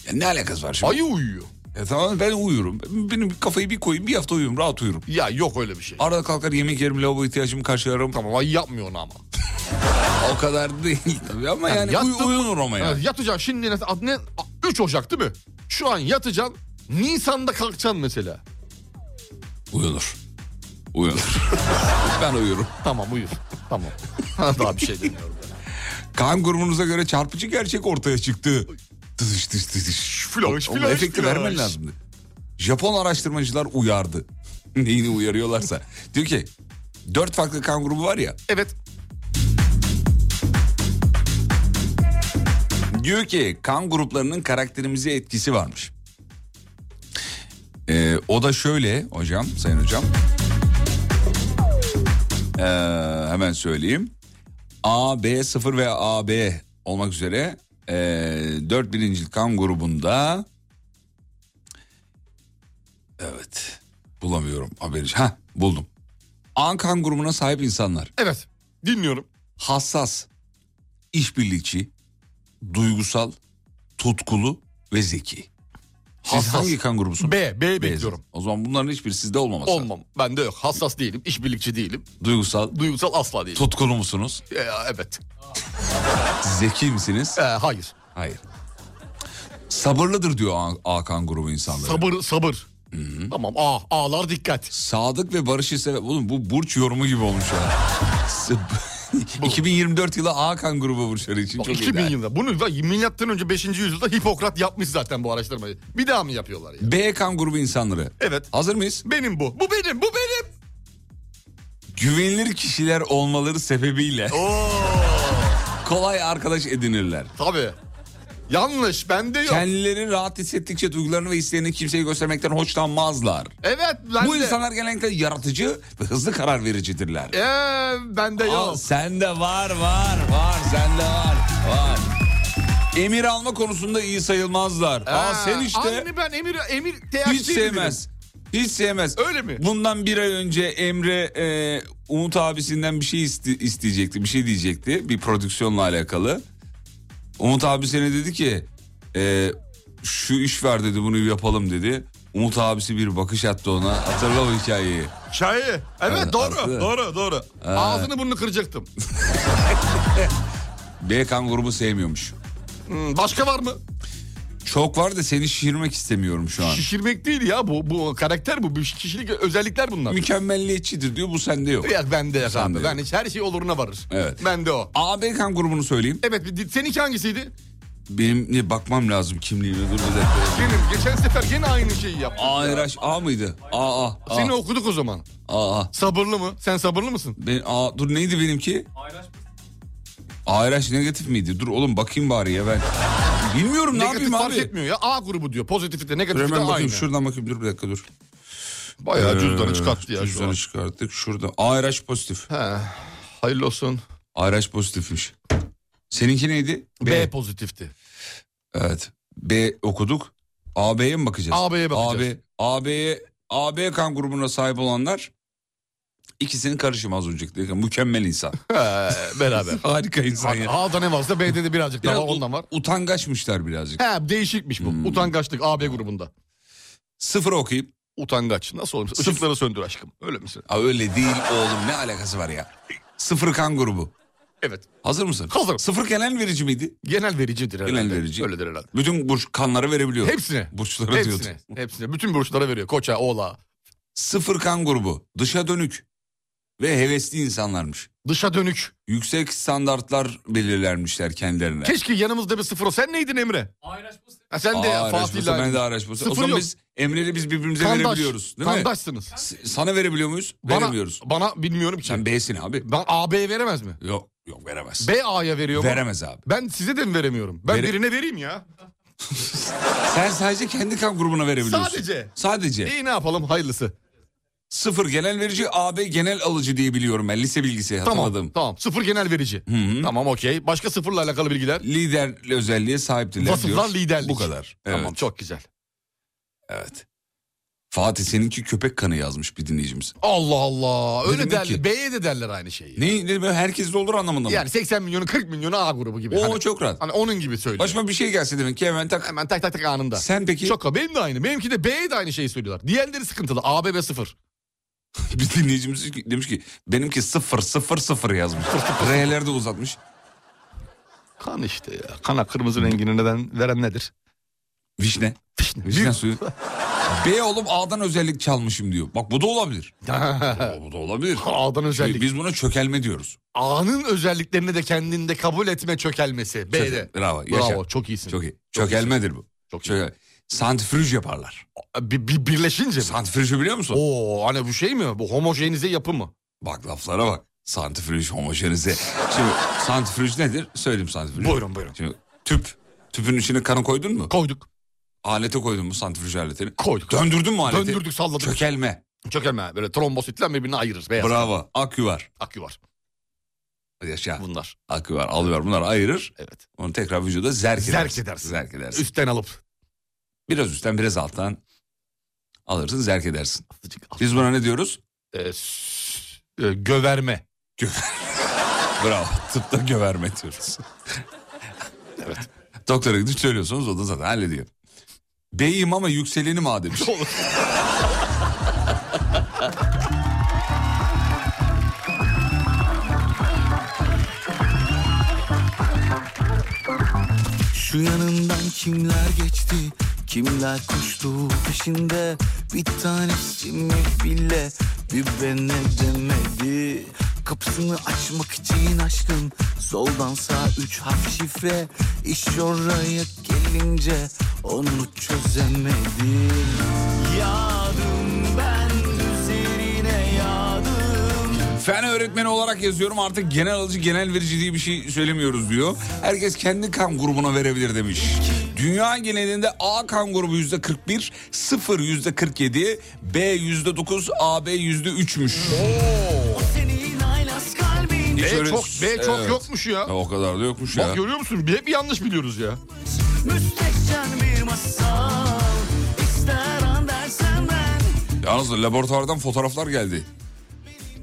Ya ne alakası var şimdi? Ayı uyuyor. E, tamam ben uyurum. Benim kafayı bir koyayım bir hafta uyurum rahat uyurum. Ya yok öyle bir şey. Arada kalkar yemek yerim lavabo ihtiyacımı karşılarım. Tamam ayı yapmıyor onu ama. O kadar değil tabii ama yani, yattın uy- mı- uyunur ama yani. Evet, yatacaksın şimdi ne, ad- ne, 3 Ocak değil mi? Şu an yatacaksın Nisan'da kalkacaksın mesela. Uyunur. Uyunur. ben uyurum. Tamam uyur. Tamam. Daha bir şey demiyorum. Kan grubumuza göre çarpıcı gerçek ortaya çıktı. Tış tış tış tış. Flash, Onun flash, efekti flash. vermen lazımdı. Japon araştırmacılar uyardı. Neyini uyarıyorlarsa. Diyor ki dört farklı kan grubu var ya. Evet. Diyor ki kan gruplarının karakterimize etkisi varmış. Ee, o da şöyle hocam, sayın hocam. Ee, hemen söyleyeyim. A, B, 0 ve AB olmak üzere ee, dört birincil kan grubunda... Evet, bulamıyorum haberi. Ha, buldum. A kan grubuna sahip insanlar Evet. Dinliyorum. hassas, işbirlikçi, duygusal, tutkulu ve zeki. Siz Hassas. hangi kan grubusunuz? B. B bekliyorum. O zaman bunların hiçbiri sizde olmaması. lazım. Olmam. Ben de yok. Hassas değilim. işbirlikçi değilim. Duygusal, Duygusal asla değilim. tutkulu musunuz? Ee, evet. Zeki misiniz? Ee, hayır. Hayır. Sabırlıdır diyor A, A kan grubu insanları. Sabır, sabır. Tamam A. A'lar dikkat. Sadık ve Barış'ı seven... Oğlum bu Burç yorumu gibi olmuş ya. 2024 yılı Akan grubu Burçları için çok 2000 iyi. yılında. Bunu da milattan önce 5. yüzyılda Hipokrat yapmış zaten bu araştırmayı. Bir daha mı yapıyorlar ya? B kan grubu insanları. Evet. Hazır mıyız? Benim bu. Bu benim. Bu benim. Güvenilir kişiler olmaları sebebiyle kolay arkadaş edinirler. Tabii. Yanlış. Bende yok. Kendilerini rahat hissettikçe duygularını ve hislerini kimseye göstermekten hoşlanmazlar. Evet. Bende. Bu insanlar genellikle yaratıcı ve hızlı karar vericidirler. Ee, bende Aa, yok. sende var var var sende var var. Emir alma konusunda iyi sayılmazlar. Aa, sen işte Anne Ee, ben Emir, Emir hiç THC 'yim dedim. sevmez. Hiç sevmez. Öyle mi? Bundan bir ay önce Emre e, Umut abisinden bir şey iste- isteyecekti, bir şey diyecekti. Bir prodüksiyonla alakalı. Umut abi seni dedi ki e, şu iş ver dedi bunu yapalım dedi. Umut abisi bir bakış attı ona. Hatırla o hikayeyi. Çayı. Evet, Evet, doğru, haklı. Ee. doğru, doğru. Ağzını burnunu kıracaktım. Beykan grubu sevmiyormuş. Hmm, başka var mı? Çok var da seni şişirmek istemiyorum şu an. Şişirmek değil ya bu. Bu karakter bu. bu Kişilik özellikler bunlar. Mükemmelliyetçidir diyor bu sende yok. Ya bende yok Sende abi. yok. Ben hiç her şey oluruna varır. Evet. Bende o. AB kan grubunu söyleyeyim. Evet bir- seninki hangisiydi? Benim ne bakmam lazım kimliğine dur bir dakika. Benim geçen sefer yine aynı şeyi yaptım. ARH A mıydı? A A. A. Seni okuduk o zaman. A, A. Sabırlı mı? Sen sabırlı mısın? Ben, A, dur neydi benimki? ARH negatif miydi? Dur oğlum bakayım bari ya ben. Bilmiyorum ne Negatif yapayım fark abi. etmiyor ya. A grubu diyor. Pozitif de Dur negatif de hemen bakayım aynı. şuradan bakayım dur bir dakika dur. Bayağı cüzdanı Ee, çıkarttı ya şu Cüzdanı an. çıkarttık şurada. ARH pozitif. He. Hayırlı olsun. ARH pozitifmiş. Seninki neydi? B, pozitifti. Evet. B okuduk. AB'ye mi bakacağız? AB'ye bakacağız. AB, AB'ye, AB kan grubuna sahip olanlar ikisinin karışımı az önceki. dedik. Mükemmel insan. He, beraber. Harika insan ya. A'da ne varsa B'de de birazcık Biraz daha u- Hmm. ondan var. Utangaçmışlar birazcık. He değişikmiş bu. Utangaçlık AB grubunda. Sıfır okuyayım. Utangaç. Nasıl olmuş? Işıkları söndür aşkım. Öyle misin? Aa, öyle değil oğlum ne alakası var ya. Sıfır kan grubu. Evet. Hazır mısın? Hazırım. Sıfır genel verici miydi? Genel vericidir herhalde. Genel verici. Öyledir herhalde. Bütün burç kanları verebiliyor. Hepsine. Burçlara Hepsine. diyordu. Hepsine. Bütün burçlara veriyor. Koça, oğla. Sıfır kan grubu. Dışa dönük. Ve hevesli insanlarmış. Dışa dönük. Yüksek standartlar belirlermişler kendilerine. Keşke yanımızda bir sıfır o. Sen neydin Emre? Ha, sen de ya Aa, araç Fatih'le. bulsa, ben de araç bulsa. O Sıfır zaman yok. biz Emre'yle biz birbirimize verebiliyoruz. Değil mi? Kandaşsınız. S- Sana verebiliyor muyuz? Veremiyoruz. Bana, bana bilmiyorum ki. Sen B'sin abi. Ben AB veremez mi? Yok yok veremez. B A'ya veriyor mu? veremez abi. Ben size de mi veremiyorum? Ben Vere- birine vereyim ya. Sen sadece kendi kan grubuna verebiliyorsun. Sadece. Sadece. İyi ne yapalım hayırlısı. Sıfır genel verici, AB genel alıcı diye biliyorum ben. Lise bilgisi Tamam. hatırladım. Tamam. Sıfır genel verici. Tamam okey. Başka sıfırla alakalı bilgiler. Lider özelliğe sahiptirler Vasıflar diyoruz. liderlik. Bu kadar. Evet. Tamam çok güzel. Evet. Fatih seninki köpek kanı yazmış bir dinleyicimiz. Allah Allah. Ne Öyle demek derler. ki? B'ye de derler aynı şeyi. Ne, ne böyle herkes de olur anlamında mı? Yani 80 milyonu 40 milyonu A grubu gibi. Oo, hani, çok rahat. hani onun gibi söylüyor. Başıma bir şey gelse demek ki hemen tak. Hemen tak tak tak anında. Sen peki Çok benim de aynı. Benimki de B'ye de aynı şeyi söylüyorlar. Diğerleri sıkıntılı. AB ve sıfır. Bir dinleyicimiz demiş ki benimki sıfır sıfır sıfır yazmış. R'ler de uzatmış. Kan işte ya. Kana kırmızı rengini neden veren nedir? Vişne. Fişne. Vişne suyu. B olup A'dan özellik çalmışım diyor. Bak bu da olabilir. Büyük- Bu da olabilir. A'dan özellik. Biz buna çökelme diyoruz. A'nın özelliklerini de kendinde kabul etme çökelmesi. B'de. Çökel- Bravo. Yaşa. Bravo çok iyisin. Çok iyi. Çok Çökelmedir bu. Çok iyi. Çökel. Santifriz yaparlar. Bir, bir- birleşince mi? Santifrizi biliyor musun? Oo hani bu şey mi? Bu homojenize yapı mı? Bak laflara bak. Santifriz homojenize. Şimdi santifriz nedir? Söyleyeyim santifriz. Buyurun buyurun. Şimdi tüp. Tüpün içine kanı koydun mu? Koyduk. Alete koydun mu santifriz aletini? Koyduk. Döndürdün mü aleti? Döndürdük salladık. Çökelme. Çökelme abi. Böyle trombositler birbirini ayırır. Beyaz Bravo. Akü var. akü var. Yaşa. Bunlar. Akü var. Alıyor. Bunlar ayırır. Evet. Onu tekrar vücuda zerk edersin. Zerk edersin. Zerk edersin. Üstten alıp. Biraz üstten biraz alttan alırsın zerk edersin. Azıcık al. Biz buna ne diyoruz? Ee, s- e, göverme. Bravo. Tıpta göverme diyoruz. evet. Doktora gidip söylüyorsunuz o da zaten hallediyor. Beyim ama yükseleni mi demiş. Şu yanından kimler geçti Kimler koştu peşinde Bir tanesi mi bile Bir ben demedi Kapısını açmak için aşkın Soldan sağ üç harf şifre İş oraya gelince Onu çözemedim Yağdım ben üzerine yağdım Fen öğretmeni olarak yazıyorum artık genel alıcı genel verici diye bir şey söylemiyoruz diyor. Herkes kendi kan grubuna verebilir demiş. Dünya genelinde A kan grubu yüzde 41, sıfır yüzde 47, B yüzde 9, AB yüzde 3'müş. Senin aynas kalbin Hiç B öyle- çok, B çok Evet. yokmuş ya. Ya O kadar da yokmuş ya. Bak görüyor musun? Hep yanlış biliyoruz ya. Müstehcen bir masal İster an dersen ben Yalnız laboratuvardan fotoğraflar geldi.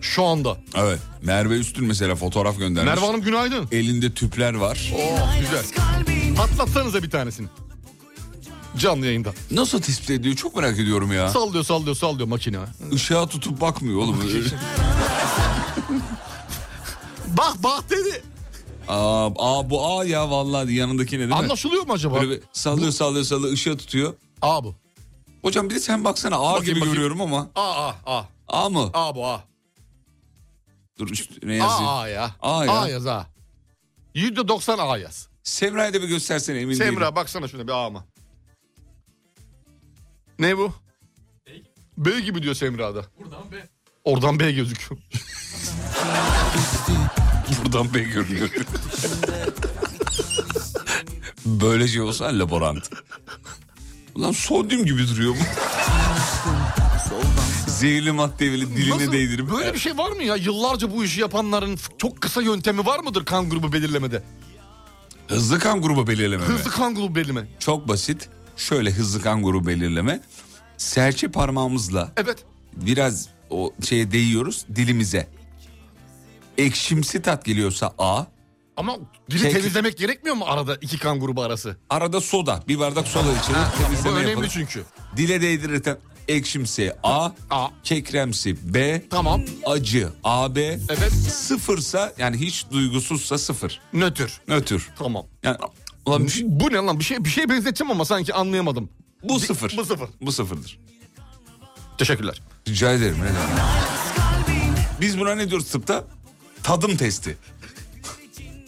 Şu anda. Evet. Merve Üstün mesela fotoğraf göndermiş. Merve Hanım günaydın. Elinde tüpler var. Oh güzel. kalbin Atlatsanıza bir tanesini. Canlı yayında. Nasıl tespit ediyor çok merak ediyorum ya. Sallıyor sallıyor sallıyor makine. Işığa tutup bakmıyor oğlum. Bak bak dedi. aa, aa, bu A ya vallahi yanındaki ne değil mi? Anlaşılıyor mu acaba? Böyle bir sallıyor sallıyor sallıyor ışığa tutuyor. A bu. Hocam bir de sen baksana ağır Bakayım, gibi bakayım. görüyorum ama. A A A. A mı? A bu A. Dur üstüne yazayım. A A ya. A ya. yaz A. %90 A yaz. Semra'ya da bir göstersene emin değilim. Semra baksana şuna bir A mı? Ne bu? B gibi diyor Semra'da. Buradan B. Oradan B gözüküyor. Buradan bey görünüyor. Böylece şey olsa laborant. Ulan sodyum gibi duruyor bu. Zehirli maddeyi böyle diline Nasıl? değdirip. Böyle bir şey var mı ya? Yıllarca bu işi yapanların f- çok kısa yöntemi var mıdır kan grubu belirlemede? Hızlı kan grubu belirleme. mi? Hızlı kan grubu belirleme. Çok basit. Şöyle hızlı kan grubu belirleme. Serçe parmağımızla Evet. biraz o şeye değiyoruz dilimize. Ekşimsi tat geliyorsa A. Ama dili Peki. temizlemek gerekmiyor mu arada iki kan grubu arası? Arada soda. Bir bardak soda içelim. Bu temizleme önemli yapalım. çünkü. Dile değdirirken ekşimsi A. A. Kekremsi B. Tamam. Acı AB. Evet. Sıfırsa yani hiç duygusuzsa sıfır. Nötr. Nötr. Tamam. Yani ulan bir şey- Bu ne lan? Bir şey bir şey benzeteceğim ama sanki anlayamadım. bu sıfır. Bu sıfır. Bu sıfırdır. Teşekkürler. Rica ederim. ne demek. Biz buna ne diyoruz tıpta? Tadım testi.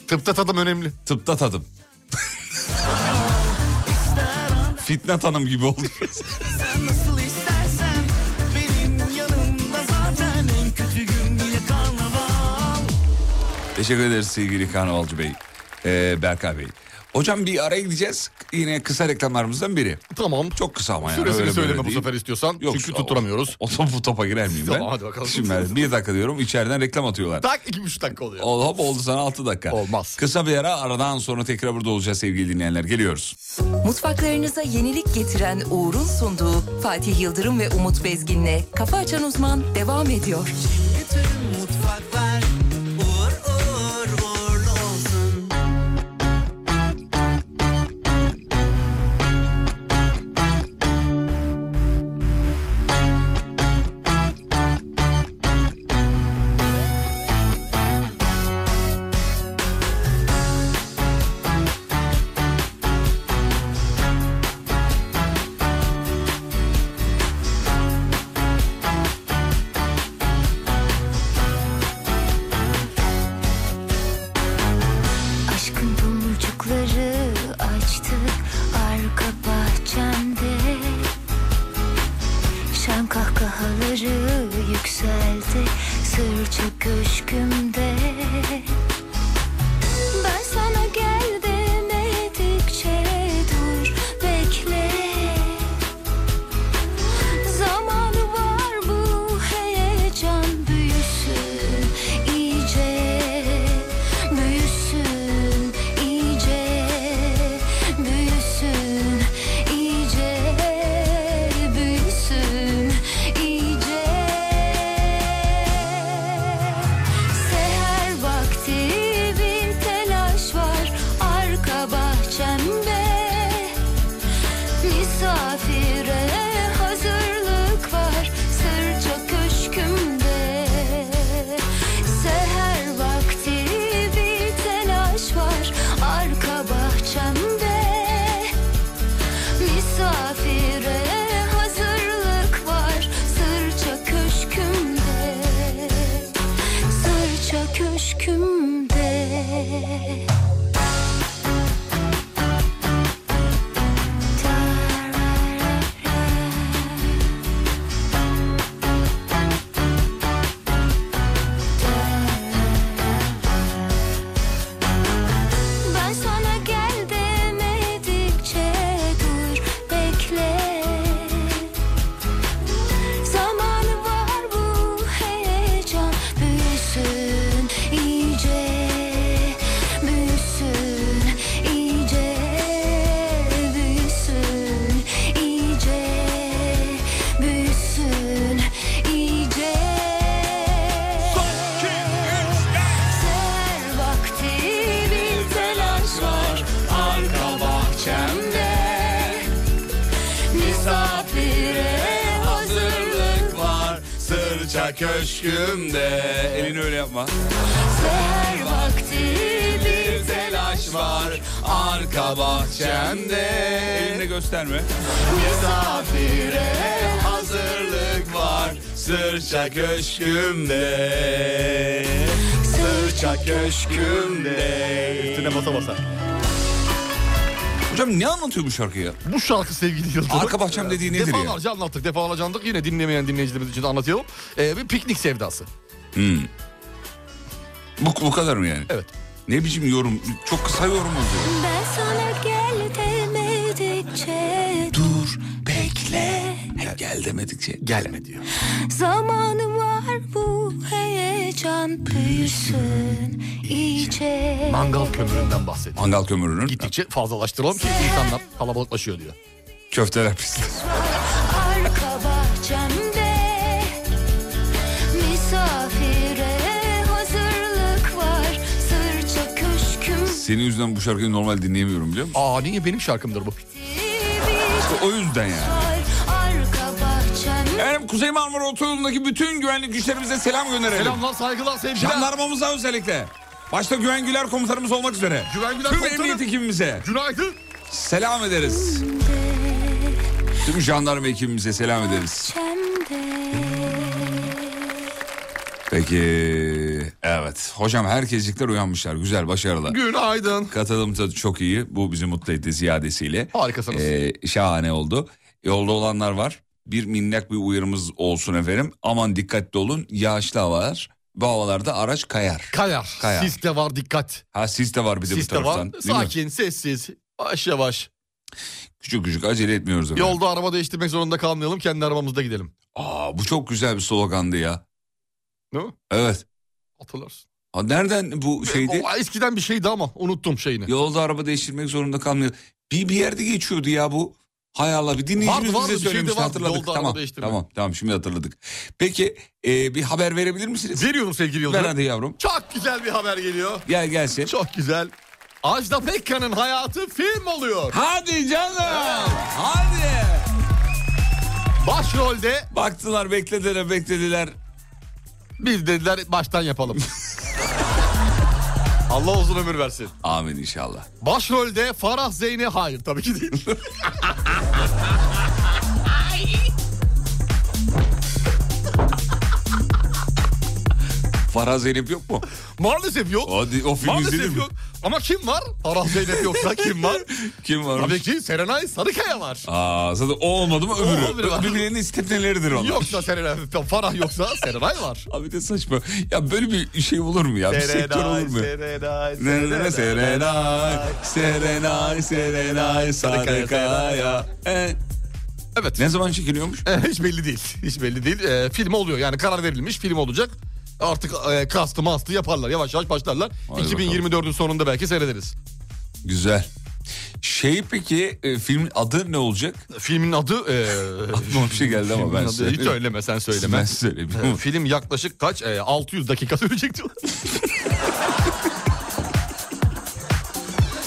Tıpta tadım önemli. Tıpta tadım. Fitnat Hanım gibi oldu. Sen nasıl istersen Benim yanımda zaten En kötü gün bile karnaval Teşekkür ederiz sevgili Karnavalcı Bey. Ee, Berkay Bey. Hocam bir araya gideceğiz. Yine kısa reklamlarımızdan biri. Tamam. Çok kısa ama yani. Süresini öyle böyle söyleme bu değil. sefer istiyorsan. Yok, çünkü tutturamıyoruz. O, o, top- bu topa girer miyim ben? Tamam, hadi bakalım. Şimdi ben bir dakika diyorum içeriden reklam atıyorlar. Tak 2-3 dakika oluyor. Ol, hop oldu sana 6 dakika. Olmaz. Kısa bir ara aradan sonra tekrar burada olacağız sevgili dinleyenler. Geliyoruz. Mutfaklarınıza yenilik getiren Uğur'un sunduğu Fatih Yıldırım ve Umut Bezgin'le Kafa Açan Uzman devam ediyor. Bütün mutfaklar Uğur uğur uğurlu olsun varsa köşkümde. Elini öyle yapma. Her vakti bir telaş var arka bahçemde. Elini gösterme. misafire hazırlık var sırça köşkümde. Sırça köşkümde. Üstüne basa basa. Hocam ne anlatıyor bu şarkı ya? Bu şarkı sevgili Yıldırım. Arka bahçem dediği nedir ya? Defalarca anlattık, defalarca anlattık. Yine dinlemeyen dinleyicilerimiz için de anlatıyorum. Ee, bir piknik sevdası. Hmm. Bu, bu kadar mı yani? Evet. Ne biçim yorum? Çok kısa yorum oldu. Ben sana gel demedikçe Dur bekle gel demedikçe. Gelme diyor. Zamanı var bu heyecan büyüsün iyice Mangal kömüründen bahsediyor. Mangal kömürünün Gittikçe fazlalaştıralım ki insanlar kalabalıklaşıyor diyor. köfteler pişti. Arka bahçemde misafire hazırlık var sırça köşküm Senin yüzünden bu şarkıyı normal dinleyemiyorum biliyor musun? Aa niye benim şarkımdır bu? bir O yüzden yani. çay arka bahçemde Efendim Kuzey Marmara Otoyolu'ndaki bütün güvenlik güçlerimize selam gönderelim. Selamlar, saygılar, sevgiler. Jandarmamıza özellikle. Başta Güven Güler komutanımız olmak üzere. Güven Güler Tüm komutanım. emniyet ekibimize Günaydın. selam ederiz. Tüm jandarma ekibimize selam ederiz. Peki evet. Hocam herkeslikler uyanmışlar. Güzel başarılar. Günaydın. Katılım tadı çok iyi. Bu bizi mutlu etti ziyadesiyle. Harikasınız. Ee, şahane oldu. Yolda olanlar var. Bir minnak bir uyarımız olsun efendim. Aman dikkatli olun. Yağışlı havalar. Bu havalarda araç kayar. kayar. kayar. Sis de var dikkat. Ha sis de var bir de bu Sis de taraftan. var. değil mi? Sakin, sessiz. Yavaş yavaş. Küçük küçük acele etmiyoruz efendim. Yolda araba değiştirmek zorunda kalmayalım. Kendi arabamızda gidelim. Aa bu çok güzel bir slogandı ya. Değil mi? Evet. Hatırlarsın. Ha, nereden bu şeydi? O eskiden bir şeydi ama unuttum şeyini. Yolda araba değiştirmek zorunda kalmıyor. Bir bir yerde geçiyordu ya bu. Hay Allah bir Vardı, dinleyicimiz vardı, bir bize şey de söylemişti vardı. hatırladık. Yolda araba tamam, değiştirmek. tamam tamam şimdi hatırladık. Peki e, bir haber verebilir misiniz? Veriyorum sevgili Ver Yıldırım. hadi yavrum. Çok güzel bir haber geliyor. Gel gelsin. Çok güzel. Ajda Pekkan'ın hayatı film oluyor. Hadi canım. Hadi. Başrolde Baktılar beklediler beklediler. biz dediler baştan yapalım. Allah uzun ömür versin. Amin inşallah. Başrolde Farah Zeynep hayır tabii ki değil. Farah Zeynep yok mu? Maalesef yok. O, di- o film izlenir Maalesef mi? yok. Ama kim var? Farah Zeynep yoksa kim var? Kim var? tabii ki Serenay Sarıkaya var. Aa, zaten o olmadı mı öbürü. olabilir bak. Birbirlerinin istepneleridir onlar. Yoksa Serenay, Farah yoksa Serenay var. Abi de saçma. Ya böyle bir şey olur mu ya? Bir sektör olur mu? Serenay, Serenay, Serenay, Serenay, Serenay, Serenay, Sarıkaya. E, Evet. ne zaman çekiliyormuş? E, Hiç belli değil. Hiç belli değil. E, film oluyor yani karar verilmiş film olacak. Artık e, kastı mastı yaparlar. Yavaş yavaş başlarlar. Hadi 2024'ün sonunda belki seyrederiz. Güzel. Şey peki e, filmin adı ne olacak? Filmin adı... E, Aklıma bir şey geldi ama filmin ben adı- söyleyeyim. Hiç söyleme sen söyleme. Ben söyleyeyim. E, film yaklaşık kaç? E, 600 dakika sürecek diyorlar.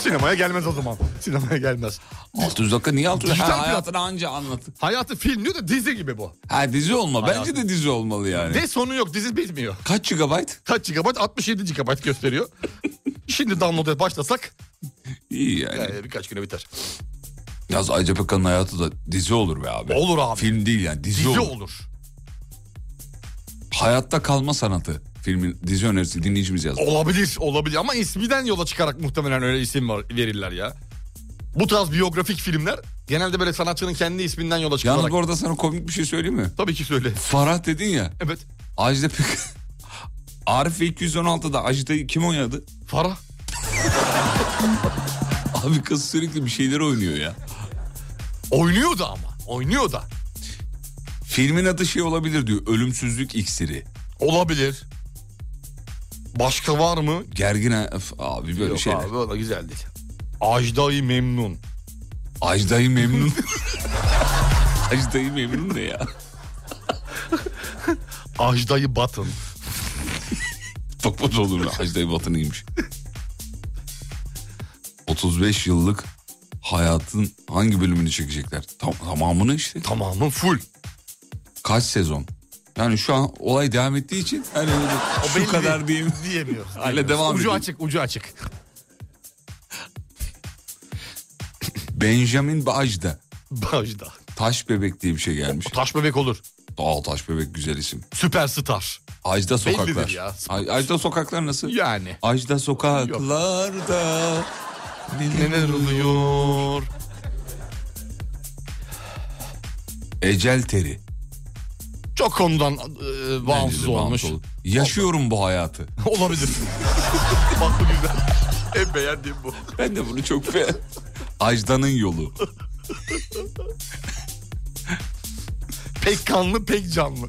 Sinemaya gelmez o zaman. Sinemaya gelmez. 600 dakika niye 600? Dijital Ha, plat- hayatını anca anlat. Hayatı film diyor da dizi gibi bu. Ha dizi olma. Bence Hayatı- de dizi olmalı yani. Ve sonu yok dizi bitmiyor. Kaç GB? Kaç GB? 67 GB gösteriyor. Şimdi download'a başlasak İyi yani. e, birkaç güne biter. Yaz Ayca Pekkan'ın hayatı da dizi olur be abi. Olur abi. Film değil yani dizi, Dizi olur. olur. Hayatta kalma sanatı filmin dizi önerisi dinleyicimiz yazdı. Olabilir, olabilir ama isminden yola çıkarak muhtemelen öyle isim var- verirler ya. Bu tarz biyografik filmler genelde böyle sanatçının kendi isminden yola çıkarak. Yalnız bu arada sana komik bir şey söyleyeyim mi? Tabii ki söyle. Farah dedin ya. Evet. Ajda Pek... Arif 216'da Ajda'yı kim oynadı? Farah. Abi kız sürekli bir şeyler oynuyor ya. Oynuyordu ama. Oynuyor da. Filmin adı şey olabilir diyor. Ölümsüzlük iksiri. Olabilir. Başka var mı? Gergin ha- öf, abi böyle Yok şeyler. abi o da güzeldi. Ajda'yı memnun. Ajda'yı memnun. Ajda'yı memnun ne ya? Ajda'yı batın. Topat olur mu? Ajda'yı batınıymış. 35 yıllık hayatın hangi bölümünü çekecekler? Tam, tamamını işte. Tamamı full. Kaç sezon? Yani şu an olay devam ettiği için hani öyle şu belli kadar diyeyim. Diyemiyor. Hala devam ucu ediyor. açık, ucu açık. Benjamin Bağcı'da Bajda. taş bebek diye bir şey gelmiş. Taş bebek olur. Aa taş bebek güzel isim. Süperstar. Ajda sokaklar. Bellidir ya. Ay- Ajda sokaklar nasıl? Yani. Ajda sokaklarda. Neler oluyor? Ecel teri. Çok konudan e, Bence bağımsız de olmuş. bağımsız olur. Yaşıyorum bu hayatı. Olabilir. Bak bu güzel. En beğendiğim bu. Ben de bunu çok beğen. Ajda'nın yolu. Pek kanlı, pek canlı.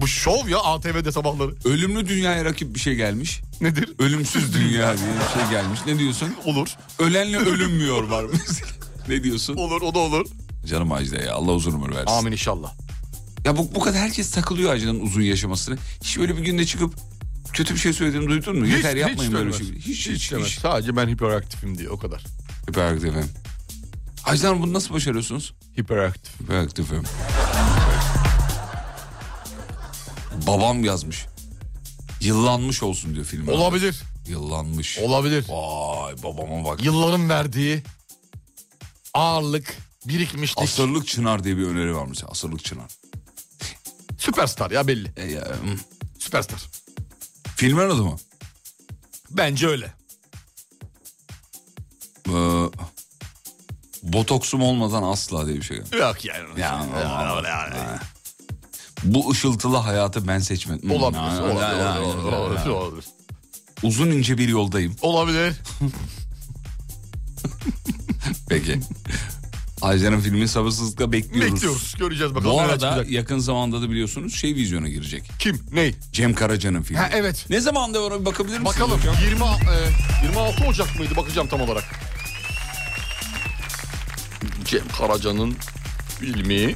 Bu şov ya ATV'de sabahları. Ölümlü dünyaya rakip bir şey gelmiş. Nedir? Ölümsüz dünya diye bir şey gelmiş. Ne diyorsun? Olur. Ölenle ölünmüyor var mesela. ne diyorsun? Olur, o da olur. Canım Ajda ya Allah uzun ömür versin. Amin inşallah. Ya bu, bu kadar herkes takılıyor Ajda'nın uzun yaşamasını. Hiç böyle bir günde çıkıp kötü bir şey söylediğini duydun mu? Yeter yapmayın böyle bir demez. şey. Hiç hiç demez. hiç. Sadece ben hiperaktifim diye o kadar. Hiperaktif efendim. Ajda Hanım bunu nasıl başarıyorsunuz? Hiperaktif. Hiperaktif efendim. Babam yazmış. Yıllanmış olsun diyor film. Olabilir. Yıllanmış. Olabilir. Vay babama bak. Yılların verdiği ağırlık, birikmişlik. Asırlık Çınar diye bir öneri varmış. Asırlık Çınar. Süperstar ya belli. E, ya, hmm. Süperstar. filmin adı mı? Bence öyle. Ee, botoksum olmadan asla diye bir şey. Yok yani. Ya, Ya, Allah. Bu ışıltılı hayatı ben seçmedim. Hmm, Olabilir. ya, Olabilir. ya, ya, ya, Olabilir. ya, Olabilir. ya. Olabilir. Uzun ince bir yoldayım. Olabilir. Peki. Ajdar'ın filmi sabırsızlıkla bekliyoruz. Bekliyoruz. Göreceğiz bakalım. Bu neler arada çıkacak. yakın zamanda da biliyorsunuz şey vizyona girecek. kim? Ney? Cem Karaca'nın filmi. Ha evet. Ne zaman da ona bir bakabilir misiniz? Bakalım. hocam? 20 e, 26 Ocak mıydı? Bakacağım tam olarak. Cem Karaca'nın filmi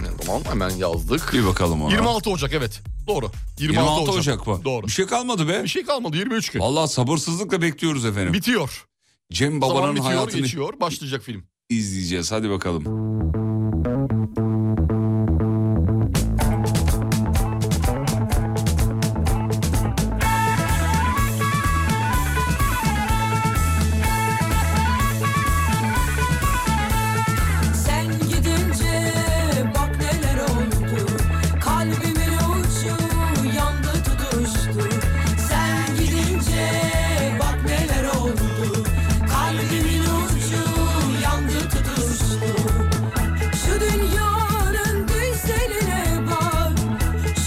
ne zaman hemen yazdık. Bir bakalım ona. 26 Ocak evet. Doğru. 26, 26 Ocak mı? Doğru. Bir şey kalmadı be. Bir şey kalmadı 23 gün. Vallahi sabırsızlıkla bekliyoruz efendim. Bitiyor. Cem Zaman Baba'nın bitiyor, hayatını geçiyor. Başlayacak film. izleyeceğiz. Hadi bakalım. Sen gidince bak neler oldu Kalbimin ucu yandı tutuştu Sen gidince bak neler oldu Kalbimin ucu yandı tutuştu Şu dünyanın güzeline bak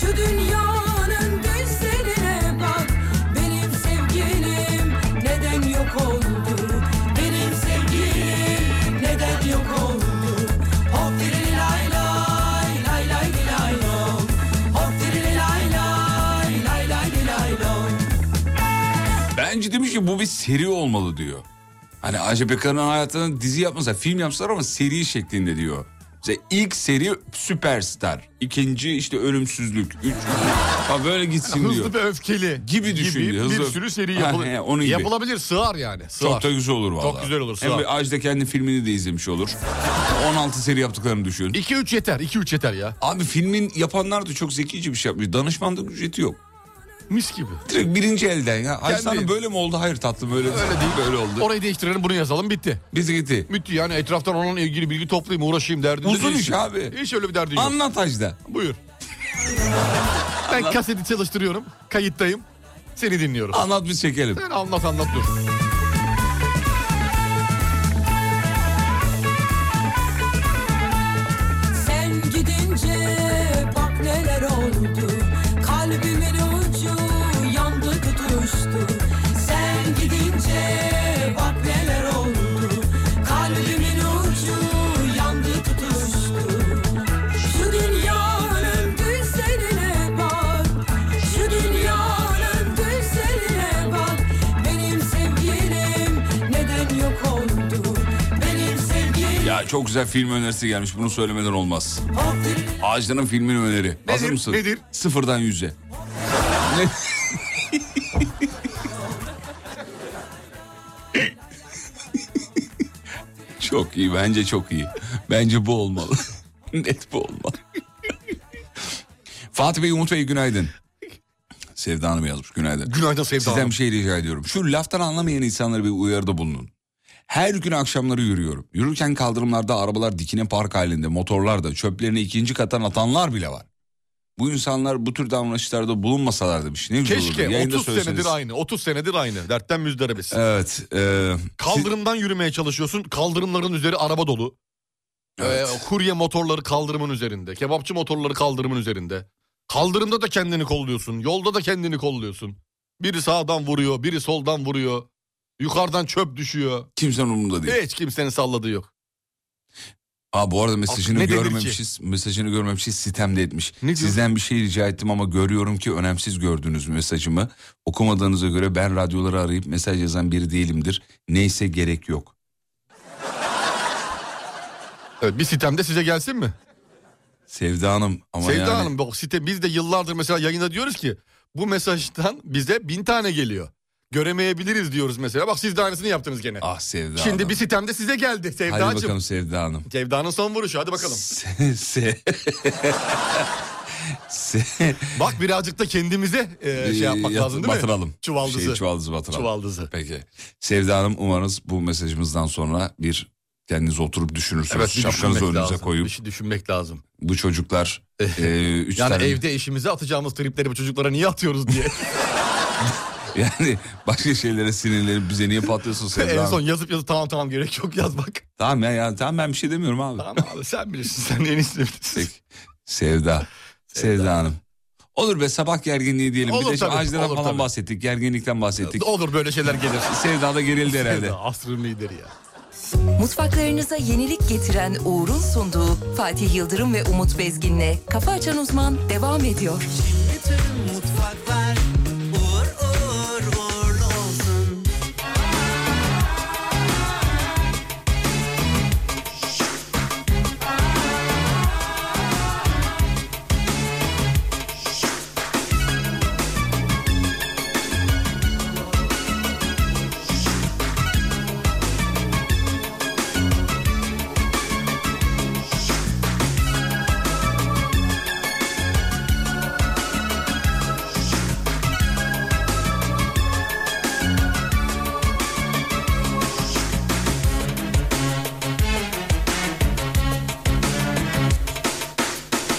Şu dünyanın güzeline bak Benim sevgilim neden yok oldu Benim sevgilim neden yok oldu Hop dirili lay lay lay lay dilay lom Hop dirili lay lay lay lay dilay lom Bence demiş ki bu bir seri olmalı diyor. Hani Ajda Pekkan'ın hayatını dizi yapmasa film yapsalar ama seri şeklinde diyor. İşte ilk seri Süperstar. ikinci işte Ölümsüzlük. Üç, ha böyle gitsin Hızlı diyor. ve öfkeli. Gibi düşün diyor, Bir hızlı- sürü seri Ha, he, onun yapılır. gibi. Yapılabilir. Sığar yani. Sığar. Çok da güzel olur valla. güzel olur, Hem sağ ol. bir Ajda kendi filmini de izlemiş olur. 16 seri yaptıklarını düşün. 2-3 yeter. 2-3 yeter ya. Abi filmin yapanlar da çok zekice bir şey yapmış. Danışmanlık ücreti yok. Mis gibi. Direkt birinci elden ya. Ajda Kendi- Hanım böyle mi oldu? Hayır tatlım öyle değil. Öyle değil. Böyle oldu. Orayı değiştirelim bunu yazalım bitti. Bizi gitti. Mütti yani etraftan onunla ilgili bilgi toplayayım uğraşayım derdinde Uzun iş değilsin. abi. Hiç öyle bir derdin yok. Anlat Ajda. Buyur. ben kaseti çalıştırıyorum. Kayıttayım. Seni dinliyorum. Anlat biz çekelim. Sen anlat anlat dur. Sen gidince bak neler oldu Kalbimin ucu yandı tutuştu Sen gidince bak neler oldu Kalbimin ucu yandı tutuştu Şu dünyanın güzeline bak Şu dünyanın güzeline bak Benim sevgilim neden yok oldu Benim sevgilim Ya çok güzel film önerisi gelmiş. Bunu söylemeden olmaz. hop diri- Ağaçların filmin öneri. Hazır mısın? Nedir? Sıfırdan yüze. Ne- çok iyi. Bence çok iyi. Bence bu olmalı. Net bu olmalı. Fatih Bey, Umut Bey günaydın. Sevda Hanım yazmış günaydın. Günaydın Sevda Sizden Hanım. bir şey rica ediyorum. Şu laftan anlamayan insanlara bir uyarıda bulunun. Her gün akşamları yürüyorum. Yürürken kaldırımlarda arabalar dikine park halinde, motorlar da çöplerini ikinci katan atanlar bile var. Bu insanlar bu tür davranışlarda bulunmasalar demiş. Ne güzel olurdu. Keşke şey Yayında 30 söyleseniz. Ee, senedir aynı. 30 senedir aynı. Dertten müzdaribiz. Evet. e, Kaldırımdan yürümeye çalışıyorsun. Kaldırımların üzeri araba dolu. Evet. Ee, kurye motorları kaldırımın üzerinde. Kebapçı motorları kaldırımın üzerinde. Kaldırımda da kendini kolluyorsun. Yolda da kendini kolluyorsun. Biri sağdan vuruyor, biri soldan vuruyor. Yukarıdan çöp düşüyor. kimsenin umurunda değil. Hiç kimsenin salladığı yok. Aa bu arada mesajını Ne denir ki? görmemişiz. Mesajını görmemişiz sitemde etmiş. Ne diyor? Sizden bir şey rica ettim ama görüyorum ki önemsiz gördünüz mesajımı. Okumadığınıza göre ben radyoları arayıp mesaj yazan biri değilimdir. Neyse gerek yok. Evet, bir sitem de size gelsin mi? Sevda Hanım ama Sevda yani Hanım bak site biz de yıllardır mesela yayında diyoruz ki bu mesajdan bize bin tane geliyor. Göremeyebiliriz diyoruz mesela. Bak siz de aynısını yaptınız gene. ah Sevda Şimdi Hanım. bir sitem de size geldi Hadi Sevdacığım. bakalım Sevda Hanım. Sevda'nın son vuruşu hadi bakalım. Se- se- se- Bak birazcık da kendimize e, şey yapmak Yat- lazım değil mi? batıralım. Çuvaldızı. Şey, çuvaldızı batıralım. Çuvaldızı. Peki. Sevda Hanım umarız bu mesajımızdan sonra bir kendiniz oturup düşünürsünüz. Evet, bir Şapkanızı düşünmek önünüze lazım. koyup Bir şey düşünmek lazım. bu çocuklar e, üç Yani tane evde eşimize atacağımız tripleri bu çocuklara niye atıyoruz diye. yani başka şeylere sinirlenip bize niye patlıyorsun Sevda en Hanım? son yazıp yazıp tamam tamam gerek yok yaz bak. Tamam ya, ya tamam ben bir şey demiyorum abi. Tamam abi sen bilirsin sen en iyisini bilirsin. Peki. Sevda. Sevda Hanım. Olur be sabah gerginliği diyelim. Olur bir de şimdi tabii, Ajda'dan olur falan tabii. bahsettik. Gerginlikten bahsettik. Olur böyle şeyler gelir. Sevda da gerildi herhalde. Sevda, Asrın lideri ya. Mutfaklarınıza yenilik getiren Uğur'un sunduğu Fatih Yıldırım ve Umut Bezgin'le Kafa Açan Uzman devam ediyor. Bütün mutfaklar uğur uğur uğurlu olsun.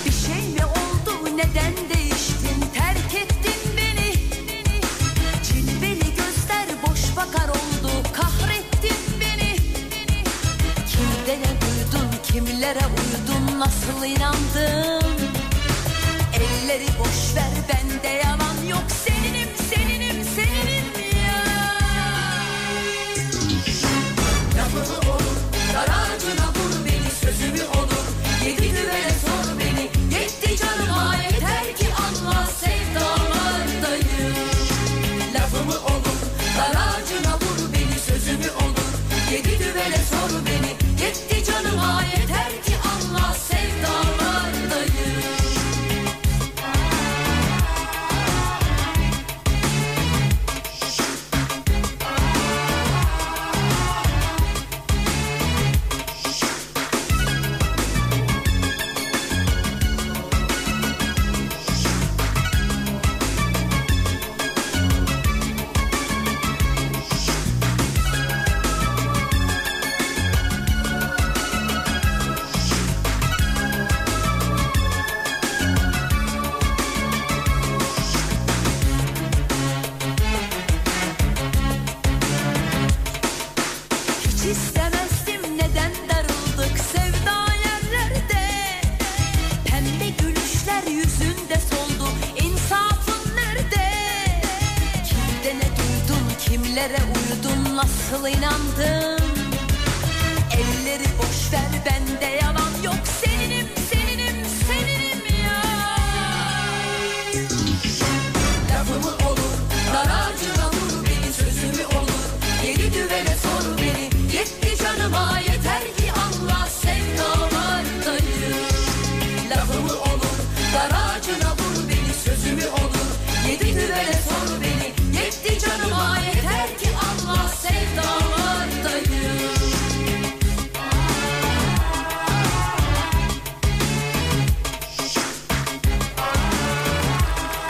Bir şey mi oldu neden değiştin terk ettin beni Cilveli gözler boş bakar oldu kahrettin beni Kimde ne duydun kimlere uydun nasıl inandın Elleri boş ver bende yalan yok seninim seninim seninim ya Lafımı olur daracına vur beni sözümü olur Yedi düvele sor beni yetti canıma yeter ki anla sevdalardayım Lafımı olur daracına vur beni sözümü olur Yedi düvele sor beni yetti canıma yeter ki anla sevdalardayım Hiç istemezdim neden darıldık sevda yerlerde Pembe gülüşler yüzünde soldu insafın nerede Kimde ne duydun kimlere uydun nasıl inandın Elleri boş ver bende yalan yok seninim seninim seninim ya Lafımı olur, daracına vur beni, sözümü olur. Yedi düvele sor beni, yetti canıma yeter ki anla sevdalardayım. Lafımı olur, daracına vur beni, sözümü olur. Yedi düvele sor beni, yetti canıma yeter ki anla sevdalardayım.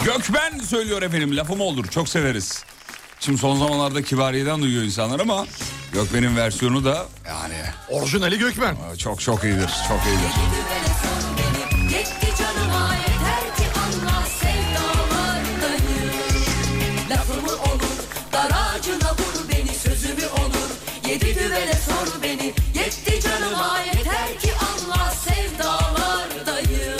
Türkmen söylüyor efendim lafım olur çok severiz. Şimdi son zamanlarda kibariyeden duyuyor insanlar ama Gökmen'in versiyonu da yani... Orijinali Gökmen. Çok çok iyidir, çok iyidir. Yetti canıma yeter ki anla sevdalardayım Lafımı olur dar ağacına vur beni sözümü olur Yedi düvele sor beni yetti canıma yeter ki anla sevdalardayım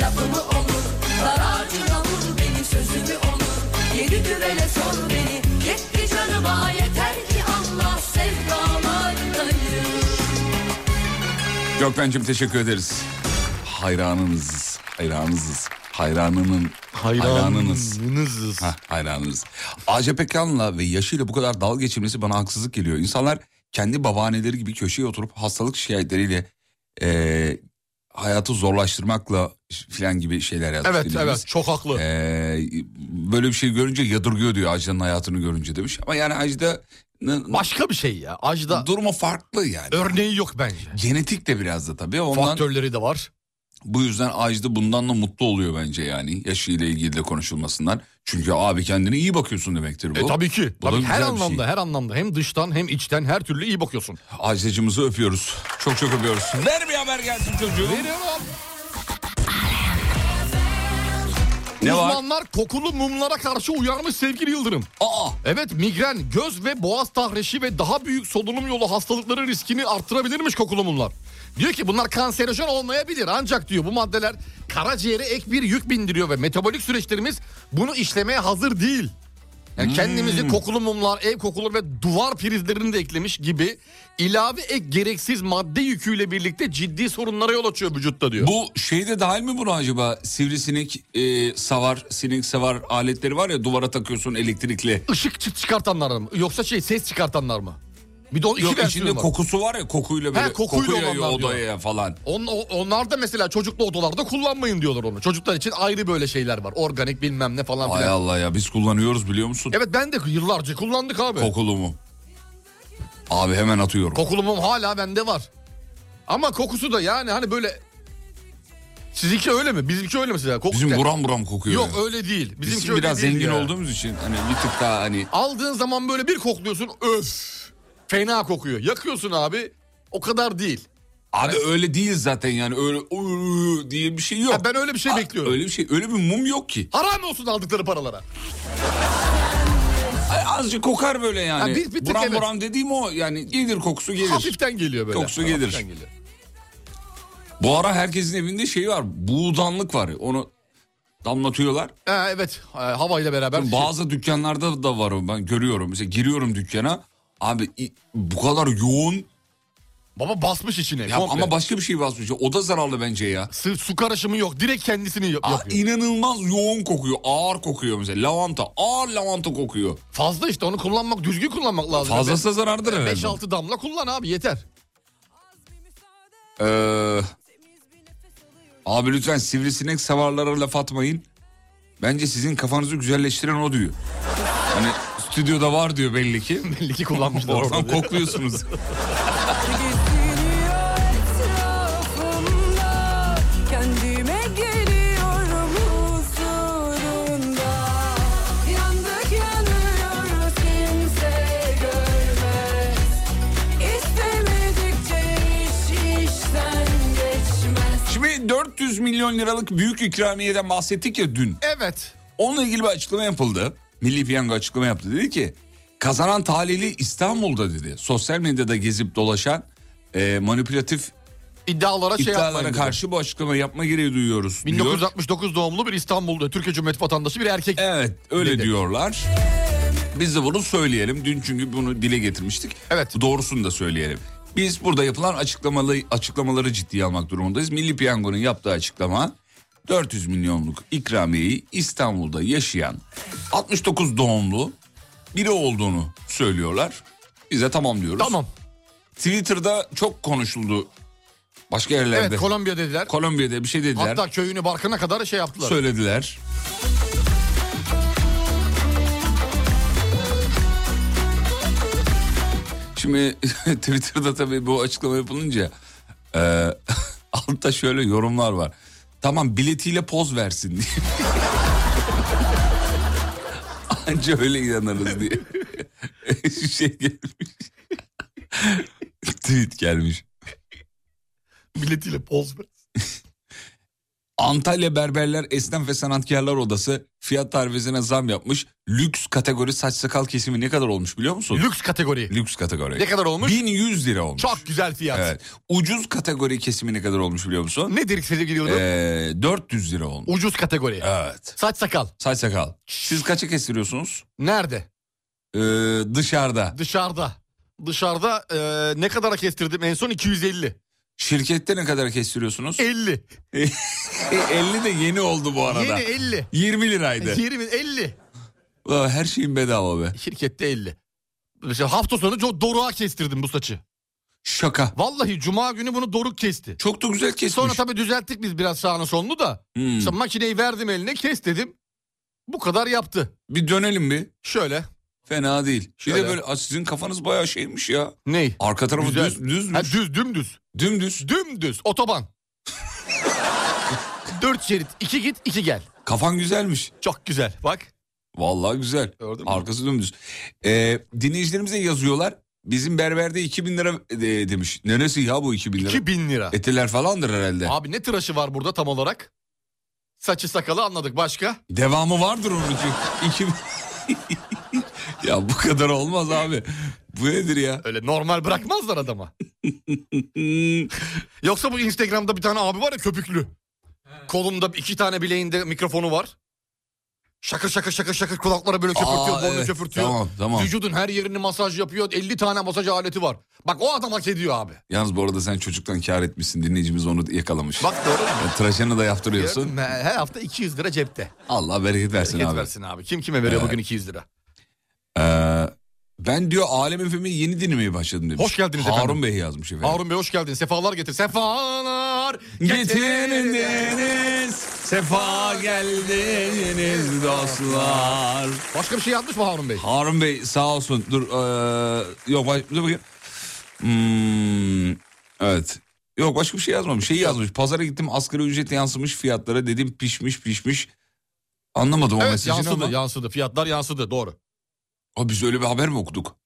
Lafımı olur dar ağacına vur beni sözümü olur Yedi düvele sor beni yetti canıma yeter ki anla sevdalardayım Gökmen'cim teşekkür ederiz. Hayranınız, hayranınızız. Hayranının, hayranınız. Ha, hayranınız. Ajda Pekkan'la ve yaşıyla bu kadar dalga geçilmesi bana haksızlık geliyor. İnsanlar kendi babaanneleri gibi köşeye oturup hastalık şikayetleriyle eee, hayatı zorlaştırmakla filan gibi şeyler yazmış. Evet, dinleyicimiz. evet, çok haklı. Eee, böyle bir şey görünce yadırgıyor diyor Ajda'nın hayatını görünce demiş. Ama yani Ajda... Başka bir şey ya Ajda. Durumu farklı yani. Örneği yok bence. Genetik de biraz da tabii. Ondan... Faktörleri de var. Bu yüzden Ajda bundan da mutlu oluyor bence yani yaşıyla ilgili de konuşulmasından. Çünkü abi kendine iyi bakıyorsun demektir bu. E, tabii ki. Bu da Tabii her güzel bir şey. anlamda, her anlamda. Hem dıştan hem içten her türlü iyi bakıyorsun. Ajdacımızı öpüyoruz. Çok çok öpüyoruz. Ver bir haber gelsin çocuğum. Ne var? Uzmanlar kokulu mumlara karşı uyarmış sevgili Yıldırım. Aa. Evet migren, göz ve boğaz tahrişi ve daha büyük solunum yolu hastalıkları riskini arttırabilirmiş kokulu mumlar. Diyor ki bunlar kanserojen olmayabilir ancak diyor bu maddeler karaciğere ek bir yük bindiriyor ve metabolik süreçlerimiz bunu işlemeye hazır değil. Hmm. Yani kendimizi kokulu mumlar, ev kokuları ve duvar prizlerini de eklemiş gibi ilave ek gereksiz madde yüküyle birlikte ciddi sorunlara yol açıyor vücutta diyor. Bu şeyde dahil mi buna acaba? Sivrisinek e, savar, sinek savar aletleri var ya duvara takıyorsun elektrikli. Işık çı- çıkartanlar mı? Yoksa şey ses çıkartanlar mı? Bir de onun iki Yok e versiyonu içinde kokusu var ya kokuyla böyle He, kokuyla kokuyor ya olanlar diyor. odaya falan. On, o- onlar da mesela çocuklu odalarda kullanmayın diyorlar onu. Çocuklar için ayrı böyle şeyler var. Organik bilmem ne falan Hay filan. Allah ya biz kullanıyoruz biliyor musun? Evet ben de yıllarca kullandık abi. Kokulu mu? Abi hemen atıyorum. Kokulu mum hala bende var. Ama kokusu da yani hani böyle... Sizinki öyle mi? Bizimki öyle mi size? Kokusu Bizim da- buram buram kokuyor. Yok ya. öyle şey değil. Bizimki Biz öyle biraz değil zengin ya. olduğumuz için hani bir tık daha hani Aldığın zaman böyle bir kokluyorsun öf. Fena kokuyor. Yakıyorsun abi. O kadar değil. Abi öyle değil zaten yani öyle "Uuu" diye bir şey yok. ben öyle bir şey bekliyorum. Öyle bir şey öyle bir mum yok ki. Haram olsun aldıkları paralara. Ay, Azıcık kokar böyle yani. Ha, bir- bir tık buram evet. buram dediğim o yani gelir kokusu gelir. Hafiften geliyor böyle. Kokusu Hafiften gelir. geliyor. Bu ara herkesin evinde şey var buğdanlık var onu damlatıyorlar. Ha, evet e, havayla beraber. Şimdi Bazı dükkanlarda da var o ben görüyorum. Mesela giriyorum dükkana abi i- bu kadar yoğun. Baba basmış içine. Ya komple. ama başka bir şey basmış. O da zararlı bence ya. Sırf su karışımı yok. Direkt kendisini yap- Aa, yapıyor. inanılmaz yoğun kokuyor. Ağır kokuyor mesela. Lavanta. Ağır lavanta kokuyor. Fazla işte onu kullanmak düzgün kullanmak lazım. Fazlası zarardır herhalde. 5-6 damla kullan abi yeter. Ee, abi lütfen sivrisinek savarlara laf atmayın. Bence sizin kafanızı güzelleştiren o diyor. Hani stüdyoda var diyor belli ki. belli ki kullanmışlar. Oradan orada diyor. kokluyorsunuz. etrafımda Kendime geliyorum huzurunda Yandık yanıyoruz kimse görmez İstemedikçe iş işten geçmez Şimdi 400 milyon liralık büyük ikramiyeden bahsettik ya dün. Evet. Onunla ilgili bir açıklama yapıldı. Milli Piyango açıklama yaptı. Dedi ki kazanan talihli İstanbul'da dedi. Sosyal medyada gezip dolaşan e, manipülatif İddialara şey iddialara yapmayın dedi. karşı bu açıklama yapma gereği duyuyoruz. diyor. 1969 doğumlu bir İstanbul'da Türkiye Cumhuriyeti vatandaşı bir erkek. Evet öyle diyorlar. Biz de bunu söyleyelim. Dün çünkü bunu dile getirmiştik. Evet. Doğrusunu da söyleyelim. Biz burada yapılan açıklamalı, açıklamaları ciddiye almak durumundayız. Milli Piyango'nun yaptığı açıklama 400 milyonluk ikramiyeyi İstanbul'da yaşayan 69 doğumlu biri olduğunu söylüyorlar. Biz de tamam diyoruz. Tamam. Twitter'da çok konuşuldu. Başka yerlerde. Evet Kolombiya dediler. Kolombiya'da bir şey dediler. Hatta köyünü barkına kadar şey yaptılar. Söylediler. Şimdi Twitter'da tabii bu açıklama yapılınca e, altta şöyle yorumlar var. Tamam biletiyle poz versin diye. Anca öyle inanırız diye. şey gelmiş. Tweet gelmiş. Milletiyle poz ver. Antalya Berberler Esnaf ve Sanatkarlar Odası fiyat tarifesine zam yapmış. Lüks kategori saç sakal kesimi ne kadar olmuş biliyor musun? Lüks kategori. Lüks kategori. Ne kadar olmuş? 1100 lira olmuş. Çok güzel fiyat. Evet. Ucuz kategori kesimi ne kadar olmuş biliyor musun? Nedir sevgili Yıldırım? Ee, 400 lira olmuş. Ucuz kategori. Evet. Saç sakal. Saç sakal. Siz kaça kestiriyorsunuz? Nerede? Ee, dışarıda. Dışarıda. Dışarıda e, ne kadara kestirdim en son 250. Şirkette ne kadar kestiriyorsunuz? 50. E, 50 de yeni oldu bu arada. Yeni 50. 20 liraydı. 20 50. Ulan her şeyin bedava be. Şirkette 50. İşte hafta sonu çok doruğa kestirdim bu saçı. Şaka. Vallahi cuma günü bunu doruk kesti. Çok da güzel kesmiş. Sonra tabii düzelttik biz biraz sağını sonunu da. Hmm. İşte makineyi verdim eline kes dedim. Bu kadar yaptı. Bir dönelim bir. Şöyle. Fena değil. Bir Şöyle. de böyle Aa, sizin kafanız bayağı şeymiş ya. Ney? Arka tarafı Güzel. düz, düzmüş. Ha, düz dümdüz. Dümdüz. Dümdüz otoban. Dört şerit. iki git iki gel. Kafan güzelmiş. Çok güzel bak. Vallahi güzel. Gördün mü? Arkası dümdüz. Ee, dinleyicilerimize yazıyorlar. Bizim berberde 2000 lira e, demiş. Neresi ya bu 2000 lira? 2000 lira. Eteler falandır herhalde. Abi ne tıraşı var burada tam olarak? Saçı sakalı anladık başka. Devamı vardır onun için. 2000... ya bu kadar olmaz abi. Bu nedir ya? Öyle normal bırakmazlar adama. Hmm. Yoksa bu Instagram'da bir tane abi var ya köpüklü. Kolunda iki tane bileğinde mikrofonu var. Şakır şakır şakır şakır kulaklara böyle köpürtüyor, Aa, boynunu evet. köpürtüyor. Tamam, tamam. Vücudun her yerini masaj yapıyor. 50 tane masaj aleti var. Bak o adam hak ediyor abi. Yalnız bu arada sen çocuktan kar etmişsin. Dinleyicimiz onu yakalamış. Bak doğru mu? E, Tıraşını da Gördün yaptırıyorsun. mü? Her hafta 200 lira cepte. Allah bereket versin Bereket abi. versin abi. Kim kime veriyor bugün 200 lira? Ee, ben diyor Alem FM'i yeni dinlemeye başladım demiş. Hoş geldiniz Harun efendim. Bey yazmış efendim. Harun Bey hoş geldin. Sefalar getir. Sefalar Getirdiniz, sefa geldiniz dostlar. Başka bir şey yazmış mı Harun Bey? Harun Bey sağ olsun. Dur, ee, yok baş- dur bakayım. Hmm, evet. Yok başka bir şey yazmamış. Şey yazmış. Pazara gittim asgari ücrete yansımış fiyatlara dedim pişmiş pişmiş. Anlamadım o evet mesajını yansıdı ama. yansıdı. Fiyatlar yansıdı doğru. Aa, biz öyle bir haber mi okuduk?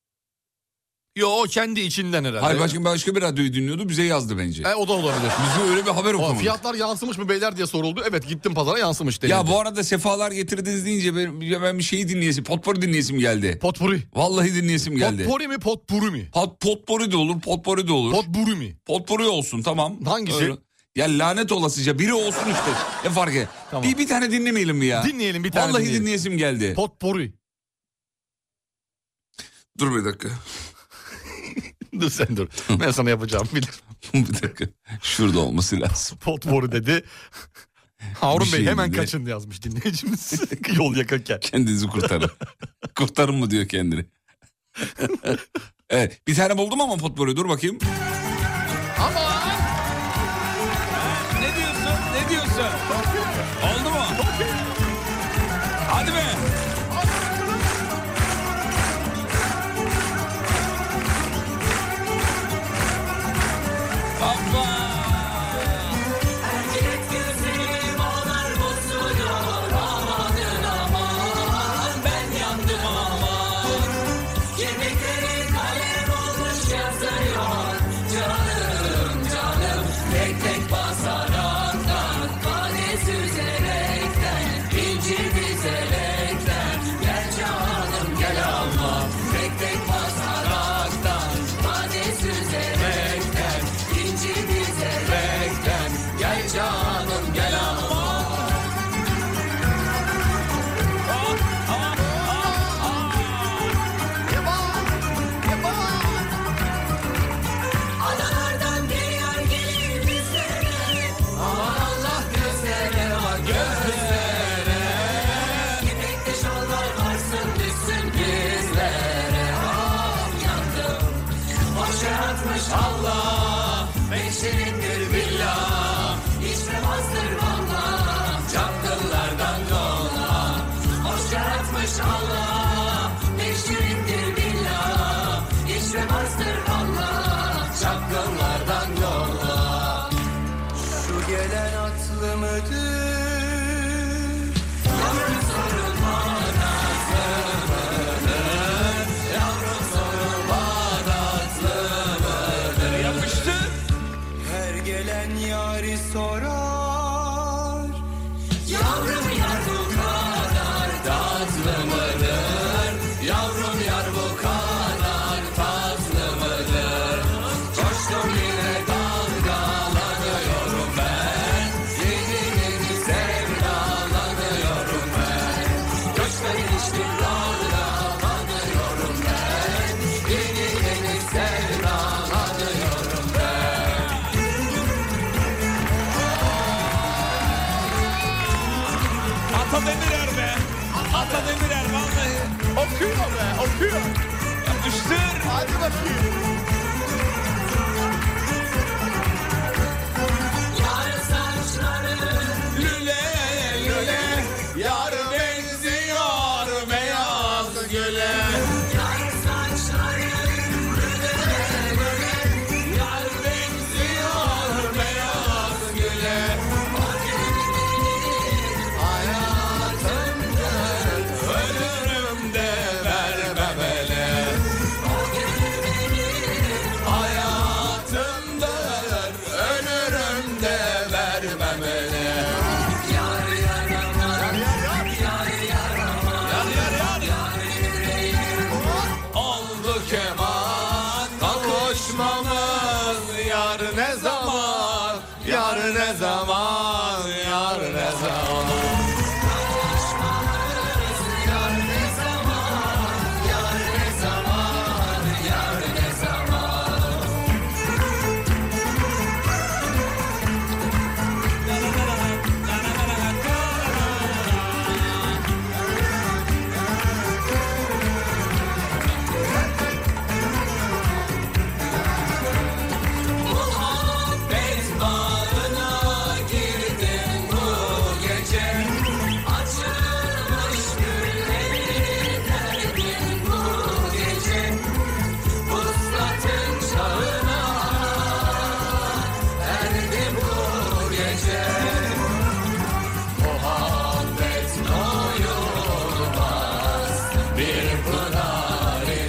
Yo o kendi içinden herhalde. Hayır başka, başka bir radyoyu dinliyordu bize yazdı bence. E, o da olabilir. Bize öyle bir haber O, okumadık. fiyatlar yansımış mı beyler diye soruldu. Evet gittim pazara yansımış dedi. Ya bu arada sefalar getirdiniz deyince ben, ben bir şeyi dinleyesim, potpori dinleyesim geldi. Potpuri. Vallahi dinleyesim geldi. Potpuri mi potpuri mi? Pot, potpori de olur, potpori de olur. Potpuri mi? potpori olsun tamam. Hangisi? Ya lanet olasıca biri olsun işte. Ne fark eder? Tamam. Bir, bir tane dinlemeyelim mi ya? Dinleyelim bir tane Vallahi dinleyelim. dinleyesim geldi. Potpuri. dur bir dakika. Dur sen dur. Ben sana yapacağım bilir. bir dakika. Şurada olması lazım. Potpuri dedi. Harun Bir Bey şey hemen dinle. kaçın yazmış dinleyicimiz. Yol yakınken. Kendinizi kurtarın. kurtarın mı diyor kendini. evet, bir tane buldum ama potpori dur bakayım. Ne diyorsun? Ne diyorsun? Oldu mu? Hadi be. Hoppa. Şu gelen aklı mıdır? Yalnız sorar Yavrum yar bu kadar tatlı mıdır? Yavrum yar bu kadar tatlı mıdır? Koştum yine dalgalanıyorum ben Yeni yeni sevdalanıyorum ben Göçten ilişkim dalgalanıyorum ben Yeni yeni sevdalanıyorum ben Ata Demirer be. Ata Demirer vallahi. Okuyor be okuyor. Yapıştır. Hadi bakayım. Yar saçların Lüle lüle. Yar benziyor beyaz güle. Yar saçların Yar benziyor beyaz güle. Hayatımdır. Ölürüm de vermem ele. Hayatımdır. Ölürüm de vermem ele. Oldu keman Kalkışmamız Yar ne zaman Yar ne zaman Yar ne zaman Muhabbet bağına girdim bu gece Açılmış gülleri derdim bu gece Vuslatın çağına erdim bu gece Muhabbet doyulmaz bir pınar imiş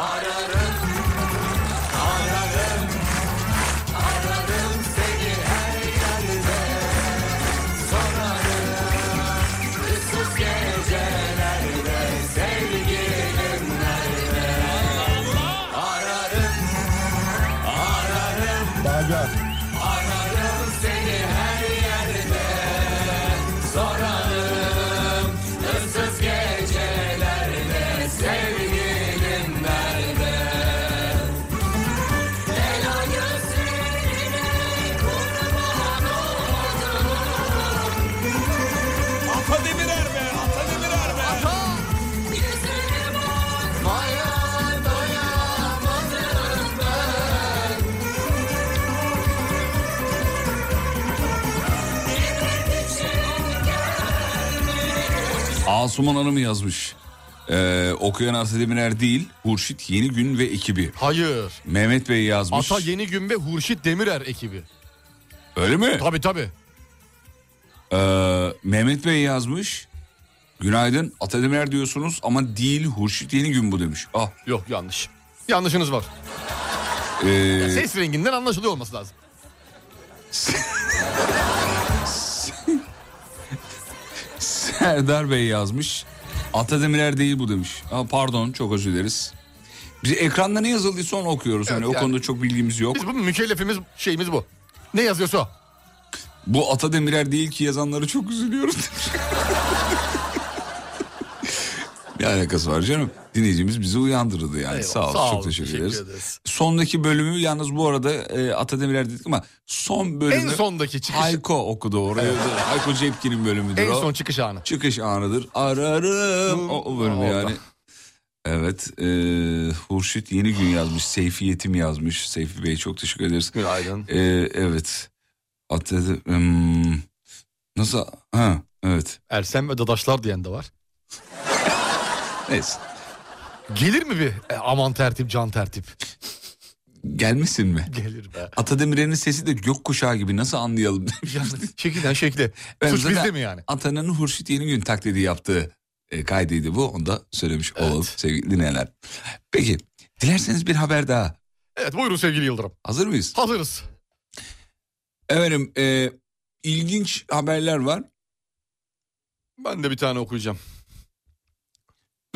Ararım, ararım Ararım seni her yerde Sorarım Issız gecelerde Sevgilim nerede Ararım Ararım Ararım seni her yerde Sorarım Issız gecelerde Sevgilim nerede Ela gözlerine kurban Ata Demirer be Ata Demirer be Yüzüne bakmaya doyamadım ben Yemek için Asuman Hanım yazmış. Ee, okuyan Aslı Demirer değil, Hurşit Yeni Gün ve ekibi. Hayır. Mehmet Bey yazmış. Ata Yeni Gün ve Hurşit Demirer ekibi. Öyle mi? Tabii tabii. Ee, Mehmet Bey yazmış. Günaydın Ata Demirer diyorsunuz ama değil Hurşit Yeni Gün bu demiş. Ah. Yok yanlış. E. Yanlışınız var. Ee, Ses renginden anlaşılıyor olması lazım. Serdar Bey yazmış. Ata Demirer değil bu demiş. Aa, pardon çok özür dileriz. Biz ekranda ne yazıldıysa onu okuyoruz. hani O yani. konuda çok bilgimiz yok. Biz bu mükellefimiz şeyimiz bu. Ne yazıyorsa o. Bu Ata Demirer değil ki yazanları çok üzülüyorum. ne alakası var canım? Dinleyicimiz bizi uyandırdı yani. Eyvallah, sağ ol, sağ çok ol, teşekkür, teşekkür ederiz. ederiz. Sondaki bölümü yalnız bu arada e, Ata Demirer dedik ama son bölümü... En sondaki çıkış. Hayko okudu orayı. Hayko Cepkin'in bölümüdür En o. son çıkış anı. Çıkış anıdır. Ararım. O, o bölümü yani. Evet. E, Hurşit yeni gün yazmış. Seyfiyetim yazmış. Seyfi Bey çok teşekkür ederiz. Günaydın. Ee, evet. Atladı. Hmm. Nasıl? Ha, evet. Ersem ve Dadaşlar diyen de var. Neyse. Gelir mi bir e, aman tertip can tertip? Gelmesin mi? Gelir be. Atademir'in sesi de gökkuşağı gibi nasıl anlayalım? Yani şekilden şekle. Ben Suç zaten bizde mi yani? Atanın Hurşit Yeni Gün taklidi yaptığı e, kaydıydı bu. Onu da söylemiş olalım sevgili dinleyenler. Peki dilerseniz bir haber daha. Evet buyurun sevgili Yıldırım. Hazır mıyız? Hazırız. Efendim e, ilginç haberler var. Ben de bir tane okuyacağım.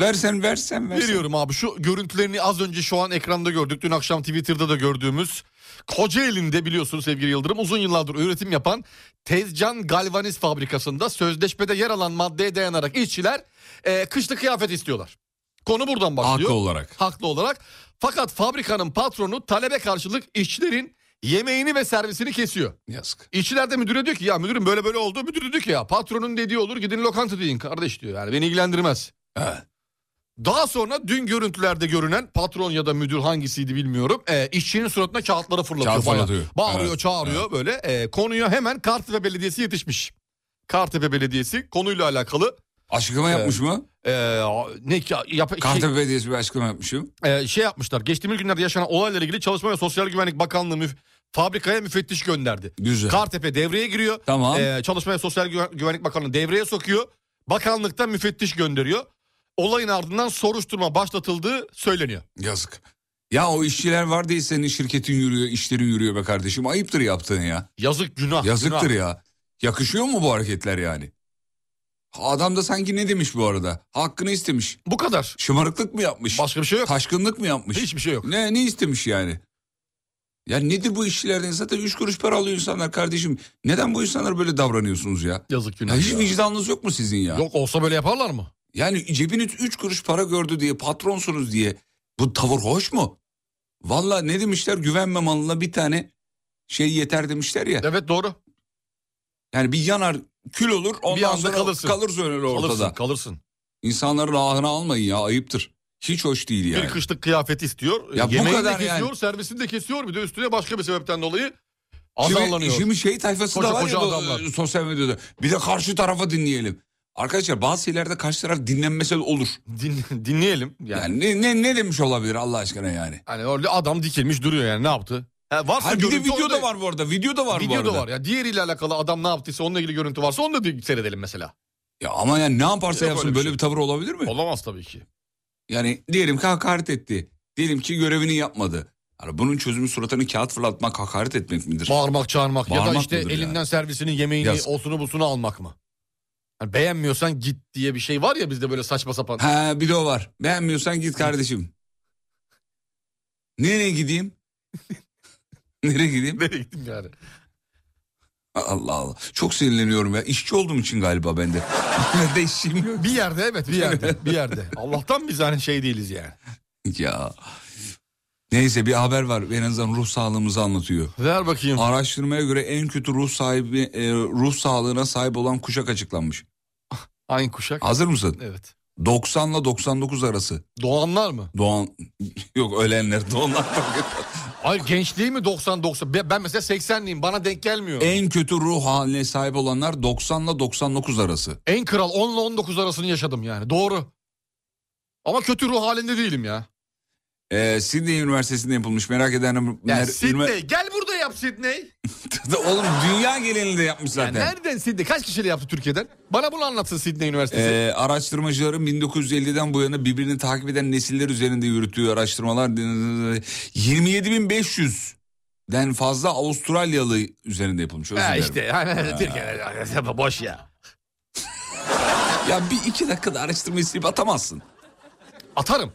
Versen versen versen. Veriyorum abi şu görüntülerini az önce şu an ekranda gördük. Dün akşam Twitter'da da gördüğümüz Kocaeli'nde biliyorsunuz sevgili Yıldırım uzun yıllardır üretim yapan Tezcan Galvaniz fabrikasında sözleşmede yer alan maddeye dayanarak işçiler e, kışlık kıyafet istiyorlar. Konu buradan başlıyor. Haklı olarak. Haklı olarak. Fakat fabrikanın patronu talebe karşılık işçilerin yemeğini ve servisini kesiyor. Yazık. İşçiler de müdüre diyor ki ya müdürüm böyle böyle oldu. Müdür de diyor ki ya patronun dediği olur gidin lokanta deyin kardeş diyor. Yani beni ilgilendirmez. Daha sonra dün görüntülerde görünen patron ya da müdür hangisiydi bilmiyorum. E, işçinin suratına kağıtları fırlatıyor. Kağıt bayağı. fırlatıyor. Bağırıyor Evet, çağırıyor böyle. E, konuya hemen Kartepe Belediyesi yetişmiş. Kartepe Belediyesi konuyla alakalı Açıklama yapmış mı? e, ne ki- yap, şey, Kartepe Belediyesi bir açıklama yapmışım. e, şey yapmışlar. Geçtiğimiz günlerde yaşanan olayla ilgili Çalışma ve Sosyal Güvenlik Bakanlığı müf- fabrikaya müfettiş gönderdi. Güzel. Kartepe devreye giriyor. Tamam. Ee, Çalışma ve Sosyal Güven- Güvenlik Bakanlığı devreye sokuyor. Bakanlıktan müfettiş gönderiyor. Olayın ardından soruşturma başlatıldığı söyleniyor. Yazık. Ya o işçiler var değil senin şirketin yürüyor, işlerin yürüyor be kardeşim. Ayıptır yaptığın ya. Yazık günah. Yazıktır günah. ya. Yakışıyor mu bu hareketler yani? Adam da sanki ne demiş bu arada? Hakkını istemiş. Bu kadar. Şımarıklık mı yapmış? Başka bir şey yok. Taşkınlık mı yapmış? Hiçbir şey yok. Ne ne istemiş yani? Ya nedir bu işçilerden? Zaten üç kuruş para alıyor insanlar kardeşim. Neden bu insanlar böyle davranıyorsunuz ya? Yazık Ya günah. hiç ya. vicdanınız yok mu sizin ya? Yok olsa böyle yaparlar mı? Yani cebiniz 3 kuruş para gördü diye patronsunuz diye bu tavır hoş mu? Valla ne demişler güvenme malına bir tane şey yeter demişler ya. Evet doğru. Yani bir yanar kül olur ondan Bir anda sonra kalırsın. kalırsın öyle ortada. Kalırsın kalırsın. İnsanların ahını almayın ya ayıptır. Hiç hoş değil yani. Bir kışlık kıyafet istiyor. Ya bu Yemeğini kadar de yani. kesiyor, servisini de kesiyor. Bir de üstüne başka bir sebepten dolayı Şimdi- azarlanıyor. Şimdi şey tayfası Koca da var koca ya bu, adamlar. e, sosyal medyada. Bir de karşı tarafa dinleyelim. Arkadaşlar bazı şeylerde karşı taraf dinlenmese de olur. Din- dinleyelim. Yani. Yani ne, ne, ne demiş olabilir Allah aşkına yani. Hani öyle adam dikilmiş duruyor yani ne yaptı? Ha, varsa Ha, bir de görüntü video da orada- var bu arada. Video da var bu Video arada. da var. Ya diğeriyle alakalı adam ne yaptıysa onunla ilgili görüntü varsa onu da di- seyredelim mesela. Ya ama yani ne yaparsa Yok yapsın öyle bir böyle şey. bir tavır olabilir mi? Olamaz tabii ki. Yani diyelim ki hakaret etti. Diyelim ki görevini yapmadı. Yani bunun çözümü suratını kağıt fırlatmak hakaret etmek midir? Bağırmak, çağırmak ya da Bağırmak işte mıdır ya? elinden servisini, yemeğini, Yazık. osunu busunu almak mı? Yani beğenmiyorsan git diye bir şey var ya bizde böyle saçma sapan. ha bir de o var. Beğenmiyorsan git kardeşim. Nereye gideyim? Nereye gideyim? Nereye gittim yani? Allah Allah. Çok sinirleniyorum ya. İşçi olduğum için galiba bende. ben de işçiyim yok. Bir yerde evet bir yerde bir yerde. Allah'tan biz hani şey değiliz yani. Ya. Neyse bir haber var. En azından ruh sağlığımızı anlatıyor. Ver bakayım. Araştırmaya göre en kötü ruh sahibi e, ruh sağlığına sahip olan kuşak açıklanmış. Aynı kuşak. Hazır mısın? Evet. 90 ile 99 arası. Doğanlar mı? Doğan yok ölenler doğanlar. Hayır gençliği mi 90-90? Ben ben mesela 80'liyim bana denk gelmiyor. En, en kötü ruh haline sahip olanlar 90 ile 99 arası. kral 10 ile 19 arasını yaşadım yani doğru. Ama kötü ruh halinde değilim ya. Ee, Sydney Üniversitesi'nde yapılmış merak edenler... Ya mer- Sydney gel burada yap Sydney. Üniver- Oğlum dünya genelinde yapmış Ya zaten. nereden Sydney? Kaç kişiyle yaptı Türkiye'den? Bana bunu anlatsın Sydney Üniversitesi. Ee, araştırmacıların 1950'den bu yana birbirini takip eden nesiller üzerinde yürüttüğü araştırmalar 27.500'den fazla Avustralyalı üzerinde yapılmış. Özür ha dilerim. işte yani Türkiye'de boş ya. Ya bir iki dakikada araştırmayı silip atamazsın. Atarım.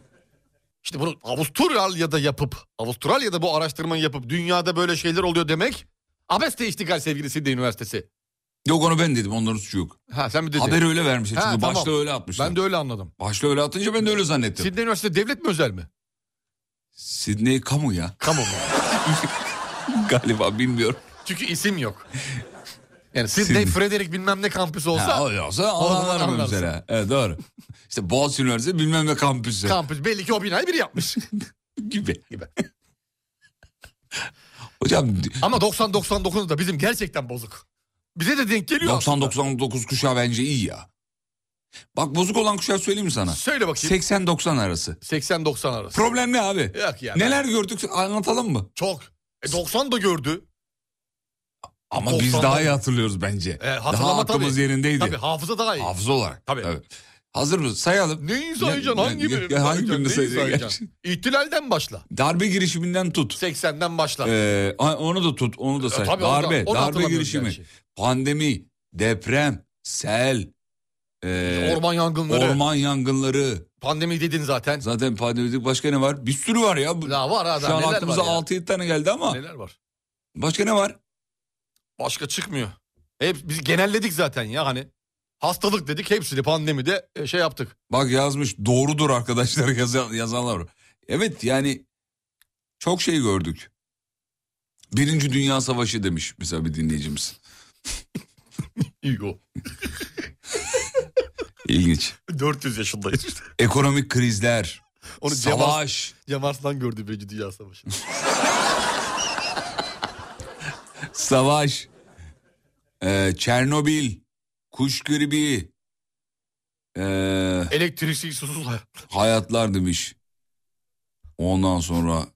İşte bunu Avustralya'da yapıp, Avustralya'da bu araştırmayı yapıp dünyada böyle şeyler oluyor demek. Abeste iştigal sevgili Sydney Üniversitesi. Yok onu ben dedim onların suçu yok. Ha sen mi dedin? Haberi öyle vermişler Ha, çünkü tamam. başta öyle atmışlar. Ben de öyle anladım. Başta öyle atınca ben de öyle zannettim. Sydney Üniversitesi devlet mi özel mi? Sydney kamu ya Kamu mu? galiba bilmiyorum. Çünkü isim yok. Yani Sydney, Sydney. Frederick bilmem ne kampüsü olsa Ha, öyle olsa anlarım anlarsın. üzere. Evet doğru. İşte Boğaziçi Üniversitesi bilmem ne kampüsü kampüs belli ki o binayı biri yapmış. gibi. gibi. Hocam Ama 90-99 da bizim gerçekten bozuk. Bize de denk geliyor aslında. 90-99 kuşağı bence iyi ya. Bak bozuk olan kuşağı söyleyeyim mi sana? Söyle bakayım. 80-90 arası. 80-90 arası. Problem ne abi? Yok ya. Neler gördük anlatalım mı? Çok. E 90 da gördü. Ama biz 90'dan daha iyi hatırlıyoruz bence. E, hatırlama daha aklımız tabii. yerindeydi. Tabii hafıza daha iyi. Hafıza olarak. Tabii. Hazır mısın? Sayalım. Neyi sayacaksın? Hangi Ya- ya- birini ya Hangi sayacaksın? birini Neyi sayacaksın? sayacaksın? İhtilalden başla. Darbe girişiminden tut. 80'den başla. Ee, a- onu da tut, onu da say. E, tabii, onu da- darbe, onu darbe hatırlamıyorum girişimi, gerçi. pandemi, deprem, sel, ee, Orman yangınları. orman yangınları. Pandemi dedin zaten. Zaten pandemi başka ne var? Bir sürü var ya. Bu- La var ha Şu daha an neler aklımıza var ya. 6-7 tane geldi ama Neler var? başka ne var? Başka çıkmıyor. Hep biz genelledik zaten ya hani. Hastalık dedik hepsini pandemide e, şey yaptık. Bak yazmış doğrudur arkadaşlar yazan, yazanlar. var. Evet yani çok şey gördük. Birinci Dünya Savaşı demiş mesela bir dinleyicimiz. İyi İlginç. 400 yaşındayız işte. Ekonomik krizler, Onu Cem, Ars- savaş. Cem Arslan gördü Birinci Dünya Savaşı. Savaş. Ee, Çernobil. Kuş gribi. Ee, Elektriksiz susuz hayat. hayatlar demiş. Ondan sonra.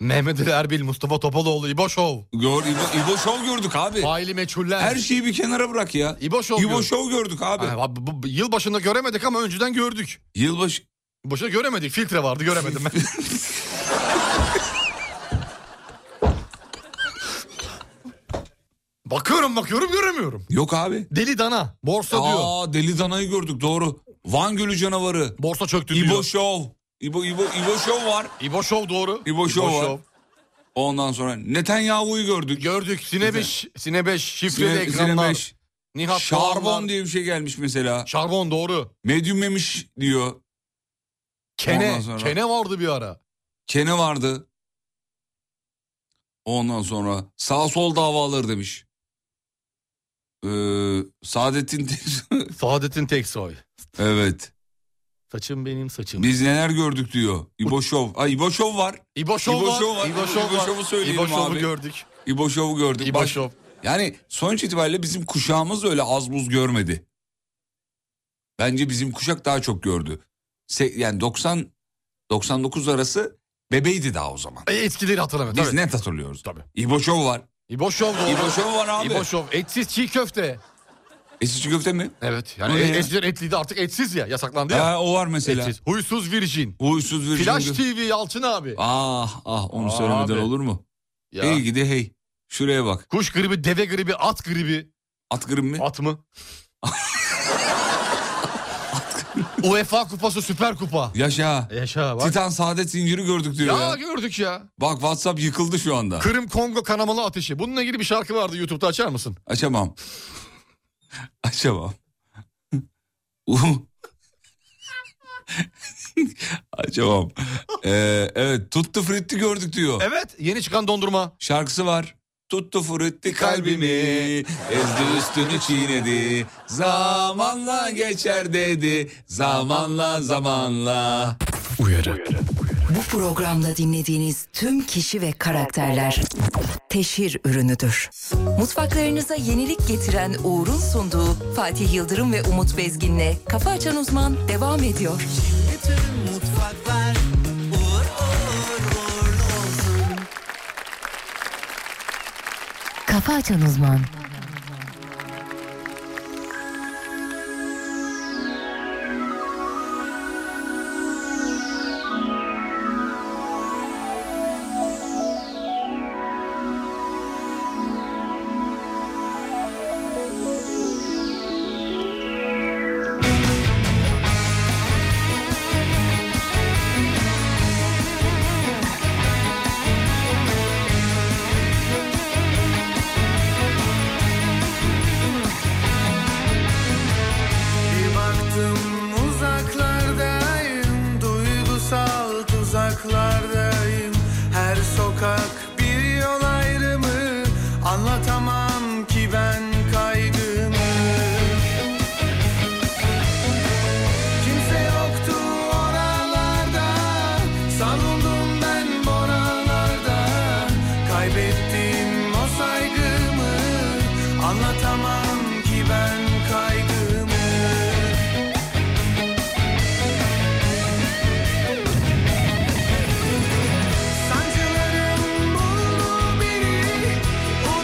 Mehmet Ali Erbil, Mustafa Topaloğlu, İboşov. Gör, İbo, İbo Show gördük abi. Faili meçhuller. Her şeyi bir kenara bırak ya. şey- İboşov. İbo Show gördük abi. bu, bu- yılbaşında göremedik ama önceden gördük. Yılbaşı. Boşuna göremedik. Filtre vardı göremedim ben. bakıyorum bakıyorum göremiyorum. Yok abi. Deli dana. Borsa diyor. Aa deli danayı gördük doğru. Van Gölü canavarı. Borsa çöktü İbo diyor. Show. İbo, İbo, İbo Show var. İbo Show doğru. İbo Show var. Ondan sonra Netanyahu'yu gördük. Gördük. Sinebeş, Sinebeş, şifreli Sine- ekranlar. Sinebeş. Nihat Doğanlar. Şarbon diye bir şey gelmiş mesela. Şarbon doğru. Medyum yemiş diyor. Ondan Kene. sonra- Kene vardı bir ara. Kene vardı. Ondan sonra sağ sol davaları demiş. Ee, Saadettin Terim- Saadettin Teksoy. evet. Saçım benim saçım. Biz neler gördük diyor. İboşov. Ha İboşov var. İbo Show İbo var. Show var. İbo Show İbo var. Show'u söyleyelim İbo Show'u abi. gördük. İboşov'u gördük. İbo Baş- Show. Yani sonuç itibariyle bizim kuşağımız öyle az buz görmedi. Bence bizim kuşak daha çok gördü. Se- yani 90 99 arası bebeydi daha o zaman. E, eskileri hatırlamıyorum. Biz Tabii. net hatırlıyoruz. Tabii. İboşov var. İbo Show doğru. İboşov var abi. İboşov. Etsiz çiğ köfte. Esici köfte mi? Evet. O Yani ne e- ya? eskiden etliydi artık etsiz ya. Yasaklandı ya. Ha, o var mesela. etsiz. Huysuz Virgin. Huysuz Virgin. Flash Gö- TV Yalçın abi. Ah ah onu Abi. söylemeden olur mu? Ya. Hey gidi hey. Şuraya bak. Kuş gribi, deve gribi, at gribi. At kırım mı? At mı? UEFA kupası süper kupa. Yaşa. Yaşa E, bak. Titan saadet zinciri gördük diyor ya, ya. gördük ya. Bak WhatsApp yıkıldı şu anda. Kırım Kongo kanamalı ateşi. Bununla ilgili bir şarkı vardı YouTube'da açar mısın? Açamam. Açamam. U- Açamam. Ee, evet tuttu fritti gördük diyor. Evet yeni çıkan dondurma. Şarkısı var. Tuttu fritti kalbimi, ezdi üstünü çiğnedi, zamanla geçer dedi, zamanla zamanla. Bu programda dinlediğiniz tüm kişi ve karakterler teşhir ürünüdür. Mutfaklarınıza yenilik getiren Uğur'un sunduğu Fatih Yıldırım ve Umut Bezgin'le Kafa Açan Uzman devam ediyor. Mutfaklar uğur uğur uğurlu olsun Kafa Açan Uzman Bir baktım uzaklardayım Duygusal tuzaklardayım Her sokak bir yol ayrımı Anlatamam ki ben kaygımı Kimse yoktu oralarda Savruldum ben boralarda Kaybettim o saygımı Anlatamam ki ben kaygımı Sancılarım bu Oh,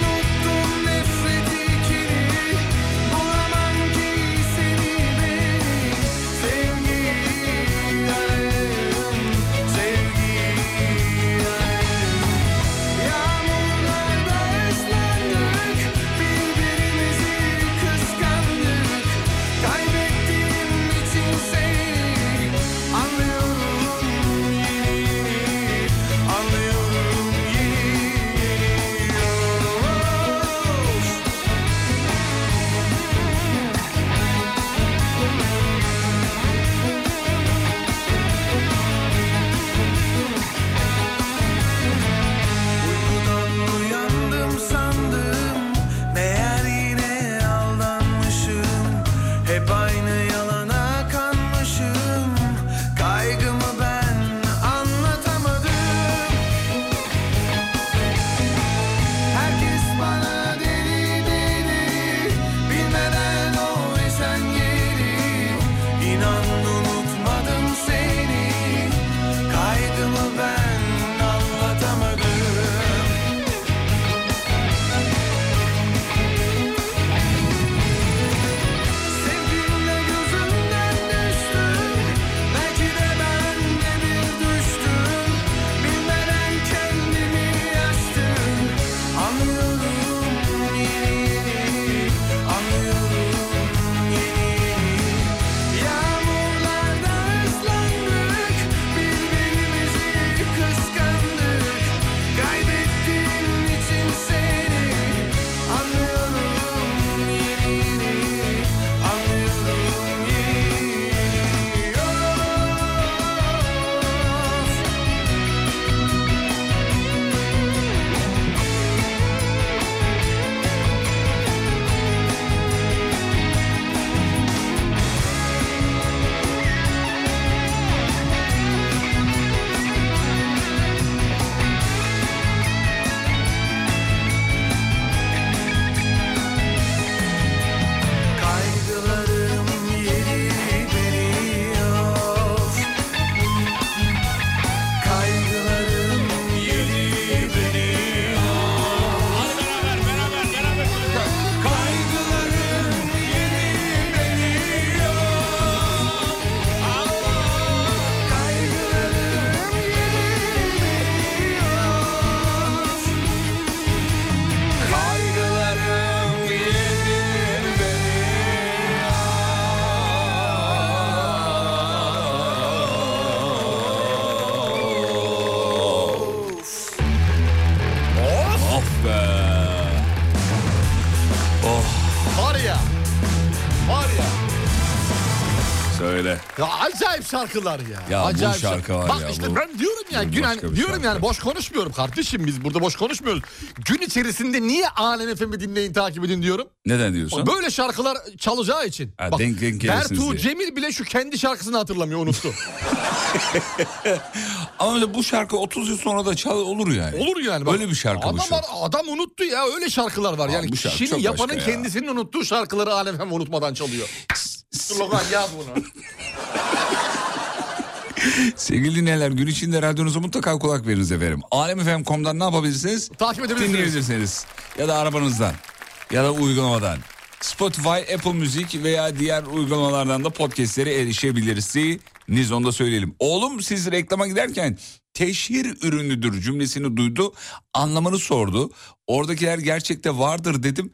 Ah Söyle. Ya acayip şarkılar ya. Ya bu acayip şarkı var Bak ya, işte bu- ben diyorum ya bu Gülen başka bir diyorum şarkı. yani boş konuşmuyorum kardeşim biz burada boş konuşmuyoruz. Gün içerisinde niye Alem FM'i dinleyin takip edin diyorum. Neden diyorsun? Böyle şarkılar çalacağı için. Ha, denk- denk gelirsiniz Bertu diye. Cemil bile şu kendi şarkısını hatırlamıyor unuttu. Ama mesela bu şarkı 30 yıl sonra da çal olur yani. Olur yani. bak. Öyle bir şarkı adam, bu şu. adam unuttu ya öyle şarkılar var. Abi yani bu şarkı kişinin çok yapanın başka ya. kendisinin unuttuğu şarkıları Alem FM unutmadan çalıyor. Slogan yaz bunu. Sevgili dinleyenler gün içinde radyonuza mutlaka kulak veriniz efendim. Alemfm.com'dan ne yapabilirsiniz? Takip edebilirsiniz. Dinleyebilirsiniz. Ya da arabanızdan ya da uygulamadan. Spotify, Apple Müzik veya diğer uygulamalardan da podcastlere erişebilirsiniz. Onu da söyleyelim. Oğlum siz reklama giderken teşhir ürünüdür cümlesini duydu. Anlamını sordu. Oradakiler gerçekte vardır dedim.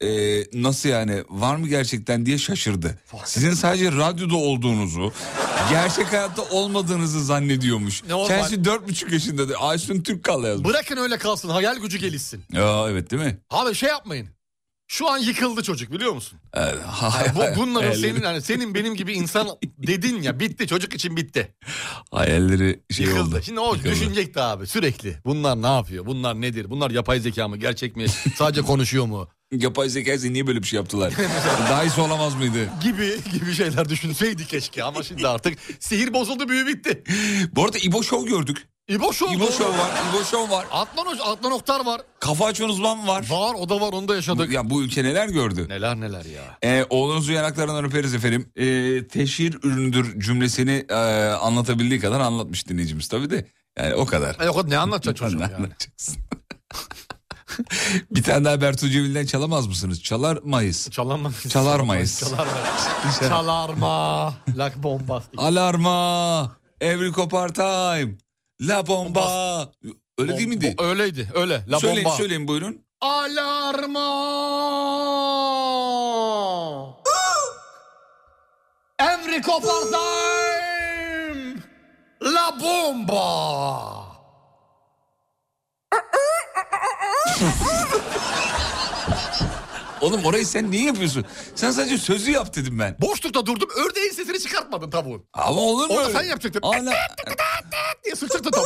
Ee, nasıl yani var mı gerçekten diye şaşırdı. Sizin sadece radyoda olduğunuzu, gerçek hayatta olmadığınızı zannediyormuş. Ne oldu? Kendisi dört buçuk yaşında. da- Aysun Türkkal yazmış. Bırakın öyle kalsın hayal gücü gelişsin. Aa, evet değil mi? Abi şey yapmayın. Şu an yıkıldı çocuk biliyor musun? Ee, ha- Yani bu, bunların hayalleri- senin hani senin benim gibi insan dedin ya bitti çocuk için bitti. Hayalleri şey Yıkıldı. oldu. Şimdi o yıkıldı. düşünecekti abi sürekli. Bunlar ne yapıyor? Bunlar nedir? Bunlar yapay zeka mı? Gerçek mi? Sadece konuşuyor mu? Yapay zekaysa niye böyle bir şey yaptılar? Daha iyisi olamaz mıydı? Gibi gibi şeyler düşünseydi keşke ama şimdi artık sihir bozuldu büyü bitti. Bu arada İbo Show gördük. İbo Show. İbo doğru. Show var, İbo Show var. Adnan, Hoca- Adnan Oktar var. Kafa açan uzman var. Var o da var onu da yaşadık. Bu- ya bu ülke neler gördü? Neler neler ya. Ee, oğlunuzu yanaklarından öperiz efendim. Ee, teşhir üründür cümlesini e, anlatabildiği kadar anlatmış dinleyicimiz tabii de. Yani o kadar. E, yok, ne anlatacak çocuk Ne yani? anlatacaksın? bir tane daha Bertu Cemil'den çalamaz mısınız? Çalarmayız. Çalanmayız. Çalarmayız. Çalarmayız. Çalarma. Lak bombastik. Alarma. Every Copar Time. La Bomba. Öyle değil miydi? Bo- Öyleydi öyle. La söyleyin bomba. söyleyin buyurun. Alarma! Emri kopardayım! La bomba! Oğlum orayı sen niye yapıyorsun? Sen sadece sözü yap dedim ben. Boşlukta durdum ördeğin sesini çıkartmadım tavuğun. Ama olur mu? Orada öyle? sen yapacaktın. Ana... Diye sıçrattı tavuğu.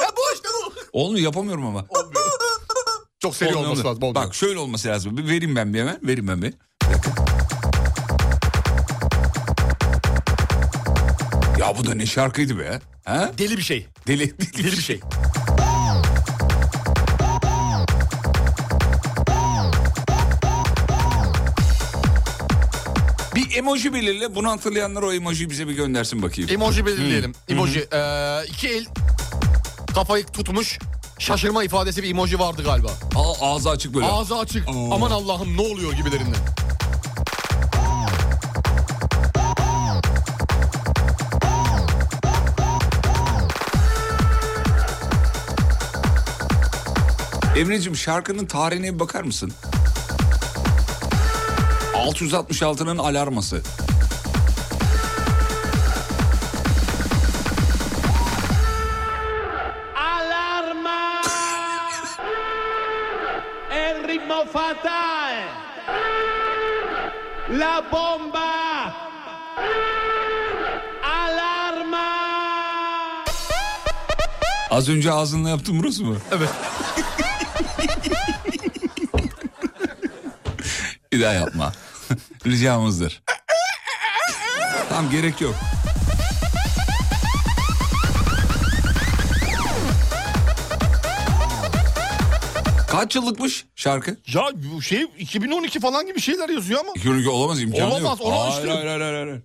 ya bu işte bu. Oğlum yapamıyorum ama. Çok seri Olmuyor, olması olmuyor. lazım. olmuyor. Bak şöyle olması lazım. Bir vereyim ben bir hemen. Vereyim ben bir. Ya bu da ne şarkıydı be? Ha? Deli bir şey. Deli, deli Deli bir şey. Bir emoji belirle. Bunu hatırlayanlar o emojiyi bize bir göndersin bakayım. Emoji belirleyelim. Emoji. Ee, iki el kafayı tutmuş. Şaşırma ifadesi bir emoji vardı galiba. Aa, ağzı açık böyle. Ağzı açık. Oo. Aman Allah'ım ne oluyor gibilerinden. Emre'cim şarkının tarihine bir bakar mısın? 666'nın alarması. Alarma! El ritmo fatal. La bomba. Alarma! Az önce ağzınla yaptın burası mı? Evet. Bir daha yapma. Ricamızdır. Tam gerek yok. Kaç yıllıkmış şarkı? Ya bu şey 2012 falan gibi şeyler yazıyor ama. 2012 olamaz imkanı Olamaz, yok. onu Hayır, işte- hayır, hayır, hayır, hayır.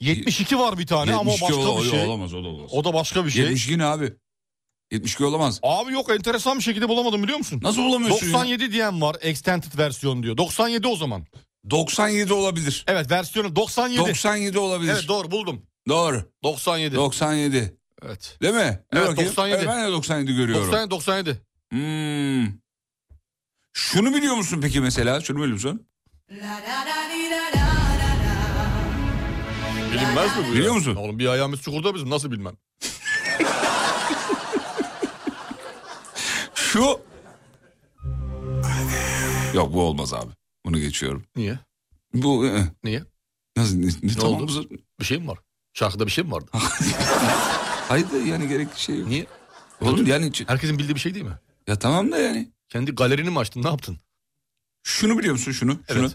72 var bir tane Hani ama o 72 başka ola- bir şey. Olamaz, o da olamaz. O da başka bir şey. 72 ne abi? 72 olamaz. Abi yok enteresan bir şekilde bulamadım biliyor musun? Nasıl bulamıyorsun ya? 97 diyen var extended versiyon diyor. 97 o zaman. 97 olabilir. Evet versiyonu 97. 97 olabilir. Evet doğru buldum. Doğru. 97. 97. evet. Değil mi? Dur Evet, bakayım. 97. Evet, ben de 97 görüyorum. 90 97. Hmm. Şunu biliyor musun peki mesela? Şunu biliyor musun? Bilinmez mi bu ya? Biliyor musun? Oğlum bir ayağımız çukurda bizim nasıl bilmem. Şu. Yok bu olmaz abi. Bunu geçiyorum. Niye? Bu ı, ı. Niye? Nasıl, ne, ne E, tamam Ah. mı? Bir şey mi var? Şarkıda bir şey mi vardı? Hayır yani gerekli şey yok. Niye? Oğlum yani Herkesin bildiği bir şey değil mi? Ya tamam da yani. Kendi galerini mi açtın ne yaptın? Şunu biliyor musun şunu? Evet.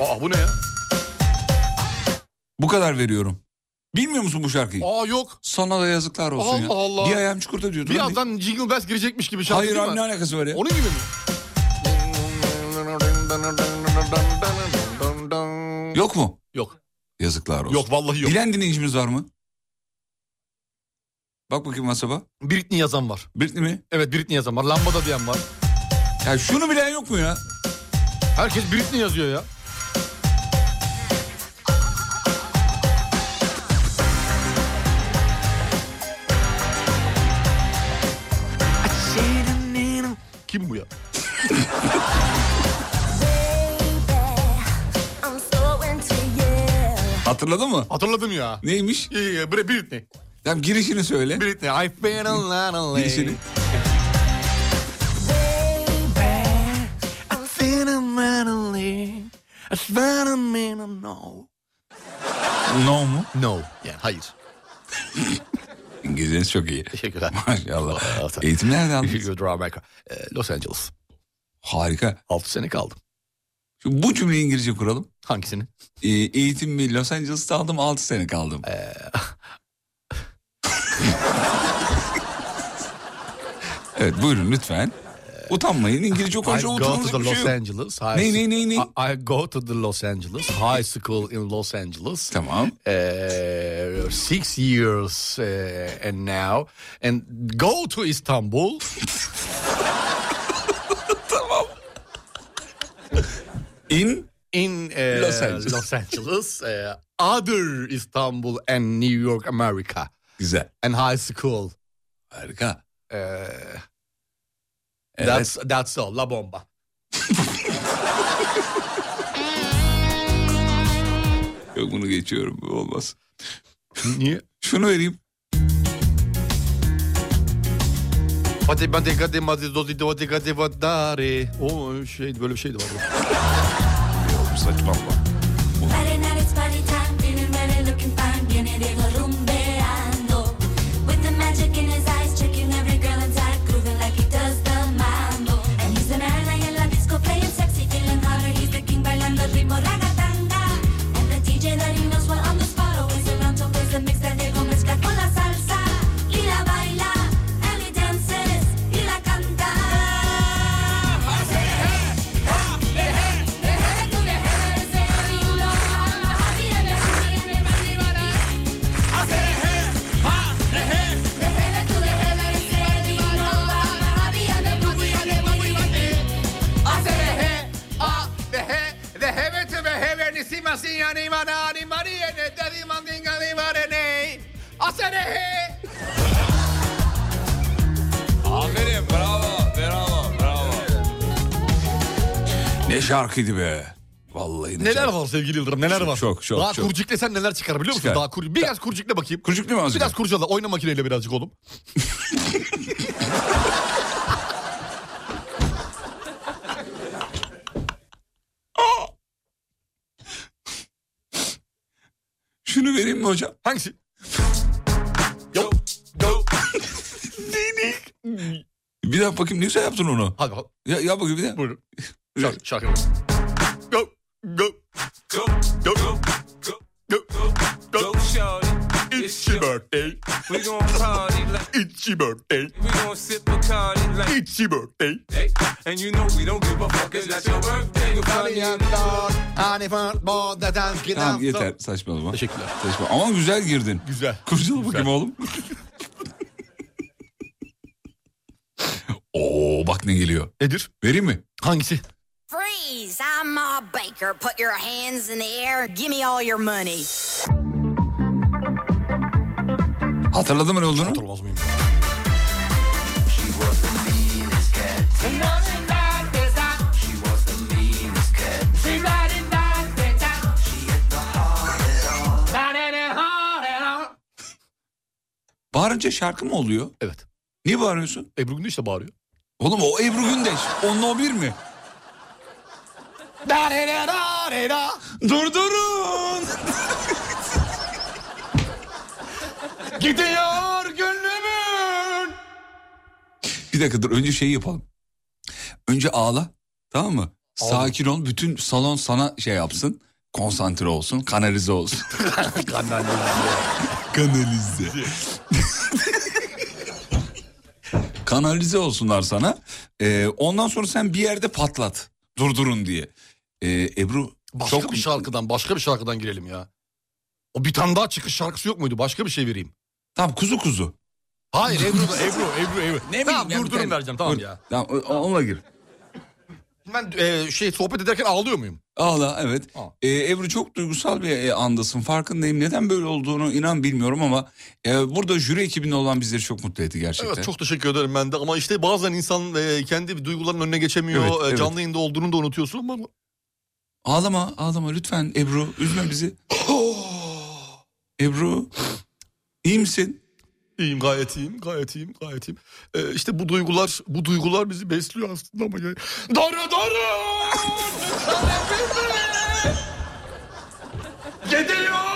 Aa bu ne ya? Bu kadar veriyorum. Bilmiyor musun bu şarkıyı? Aa yok. Sana da yazıklar olsun ya. Allah Allah. Bir ayağım çukurda diyordun. hani. Birazdan Jingle Bells girecekmiş gibi şarkı Hayır değil abi mi? ne alakası var ya? Onun gibi mi? Yok mu? Yok. Yazıklar olsun. Yok vallahi yok. Bilen dinleyicimiz var mı? Bak bakayım WhatsApp'a. Britney yazan var. Britney mi? Evet Britney yazan var. Lambada diyen var. Ya şunu bilen yok mu ya? Herkes Britney yazıyor ya. Kim bu ya? Hatırladın mı? Hatırladım ya. Neymiş? Ee, Br- Britney. Tamam girişini söyle. Britney. I've been a lonely. Girişini. No mu? No. Yani hayır. İngilizceniz çok iyi. Teşekkürler. Maşallah. Maşallah. Eğitim nerede aldın? Teşekkür ederim Amerika. Ee, Los Angeles. Harika. 6 sene kaldım. Şu Bu cümleyi İngilizce kuralım. Hangisini? Ee, eğitimimi Los Angeles'ta aldım 6 sene kaldım. Ee. evet buyurun lütfen. Utanmayın İngilizce I konuşa go to utanılacak the bir şey Los yok. Angeles. High Ne, ne, ne, ne? I, I go to the Los Angeles High School in Los Angeles. Tamam. Uh, six years uh, and now and go to Istanbul. In in eh, Los Angeles. Los Angeles, eh, other Istanbul and New York, America, güzel. and high school. Harika. eh, Ee, Evet. That's that's all. La bomba. Yok bunu geçiyorum bu olmaz. Niye? Şunu vereyim. Oh, O şey böyle bir şeydi var. Saçmalama. Aferin bravo bravo bravo. Ne şarkıydı be. Vallahi ne Neler şarkı. var sevgili Yıldırım neler var? Çok, çok, Daha çok. kurciklesen neler çıkar biliyor musun? Çıkar. Daha kur biraz kurcikle bakayım. Kurcuklu mu azıcık? Biraz kurcala oyna makineyle birazcık oğlum. Şunu vereyim mi hocam? Hangisi? Bir daha bakayım ne güzel yaptın onu. Hadi bakalım Ya, ya bakayım bir daha. buyurun. Şarkı, şarkı. Go go Go, go go, go, go go, shawty. it's your birthday We gon' party like it's your birthday we gon' sip Bacardi like it's your birthday. Hey, and you know we don't give a fuck. It's not your birthday. You party on Tamam yeter saçmalama. Teşekkürler. Saçma. Ama güzel girdin. Güzel. Kurcala bakayım oğlum. Oo bak ne geliyor. Nedir? Vereyim mi? Hangisi? Freeze! I'm Ma Baker. Put your hands in the air. Give me all your money. Hatırladın mı ne olduğunu? Olmaz mıyım? Bağırınca şarkı mı oluyor? Evet. Niye bağırıyorsun? Ebru Gündeş de bağırıyor. Oğlum o Ebru Gündeş. Onunla o bir mi? Da re re da re da. Durdurun. Gidiyor gönlümün. Bir dakika dur önce şeyi yapalım. Önce ağla tamam mı? Sakin ol bütün salon sana şey yapsın. Konsantre olsun kanalize olsun. kanalize. kanalize olsunlar sana. Ee, ondan sonra sen bir yerde patlat. Durdurun diye. Ee, Ebru Başka çok bir şarkıdan başka bir şarkıdan girelim ya. O bir tane daha çıkış şarkısı yok muydu? Başka bir şey vereyim. Tamam kuzu kuzu. Hayır Ebru da Ebru Ebru Ebru. Ne tamam bileyim ya, bir durdurun tane- vereceğim tamam Dur. ya. Tamam, o- onunla gir. Ben e, şey sohbet ederken ağlıyor muyum? Ağla evet. Ee, Ebru çok duygusal bir e, andasın farkındayım. Neden böyle olduğunu inan bilmiyorum ama e, burada jüri ekibinde olan bizleri çok mutlu etti gerçekten. Evet çok teşekkür ederim ben de ama işte bazen insan e, kendi duygularının önüne geçemiyor. Evet, E, evet. Canlı yayında olduğunu da unutuyorsun ama Ağlama ağlama lütfen Ebru üzme bizi. Ebru iyi misin? İyiyim gayet iyiyim gayet iyiyim gayet iyiyim. E, işte bu duygular bu duygular bizi besliyor aslında ama. Yani... Darı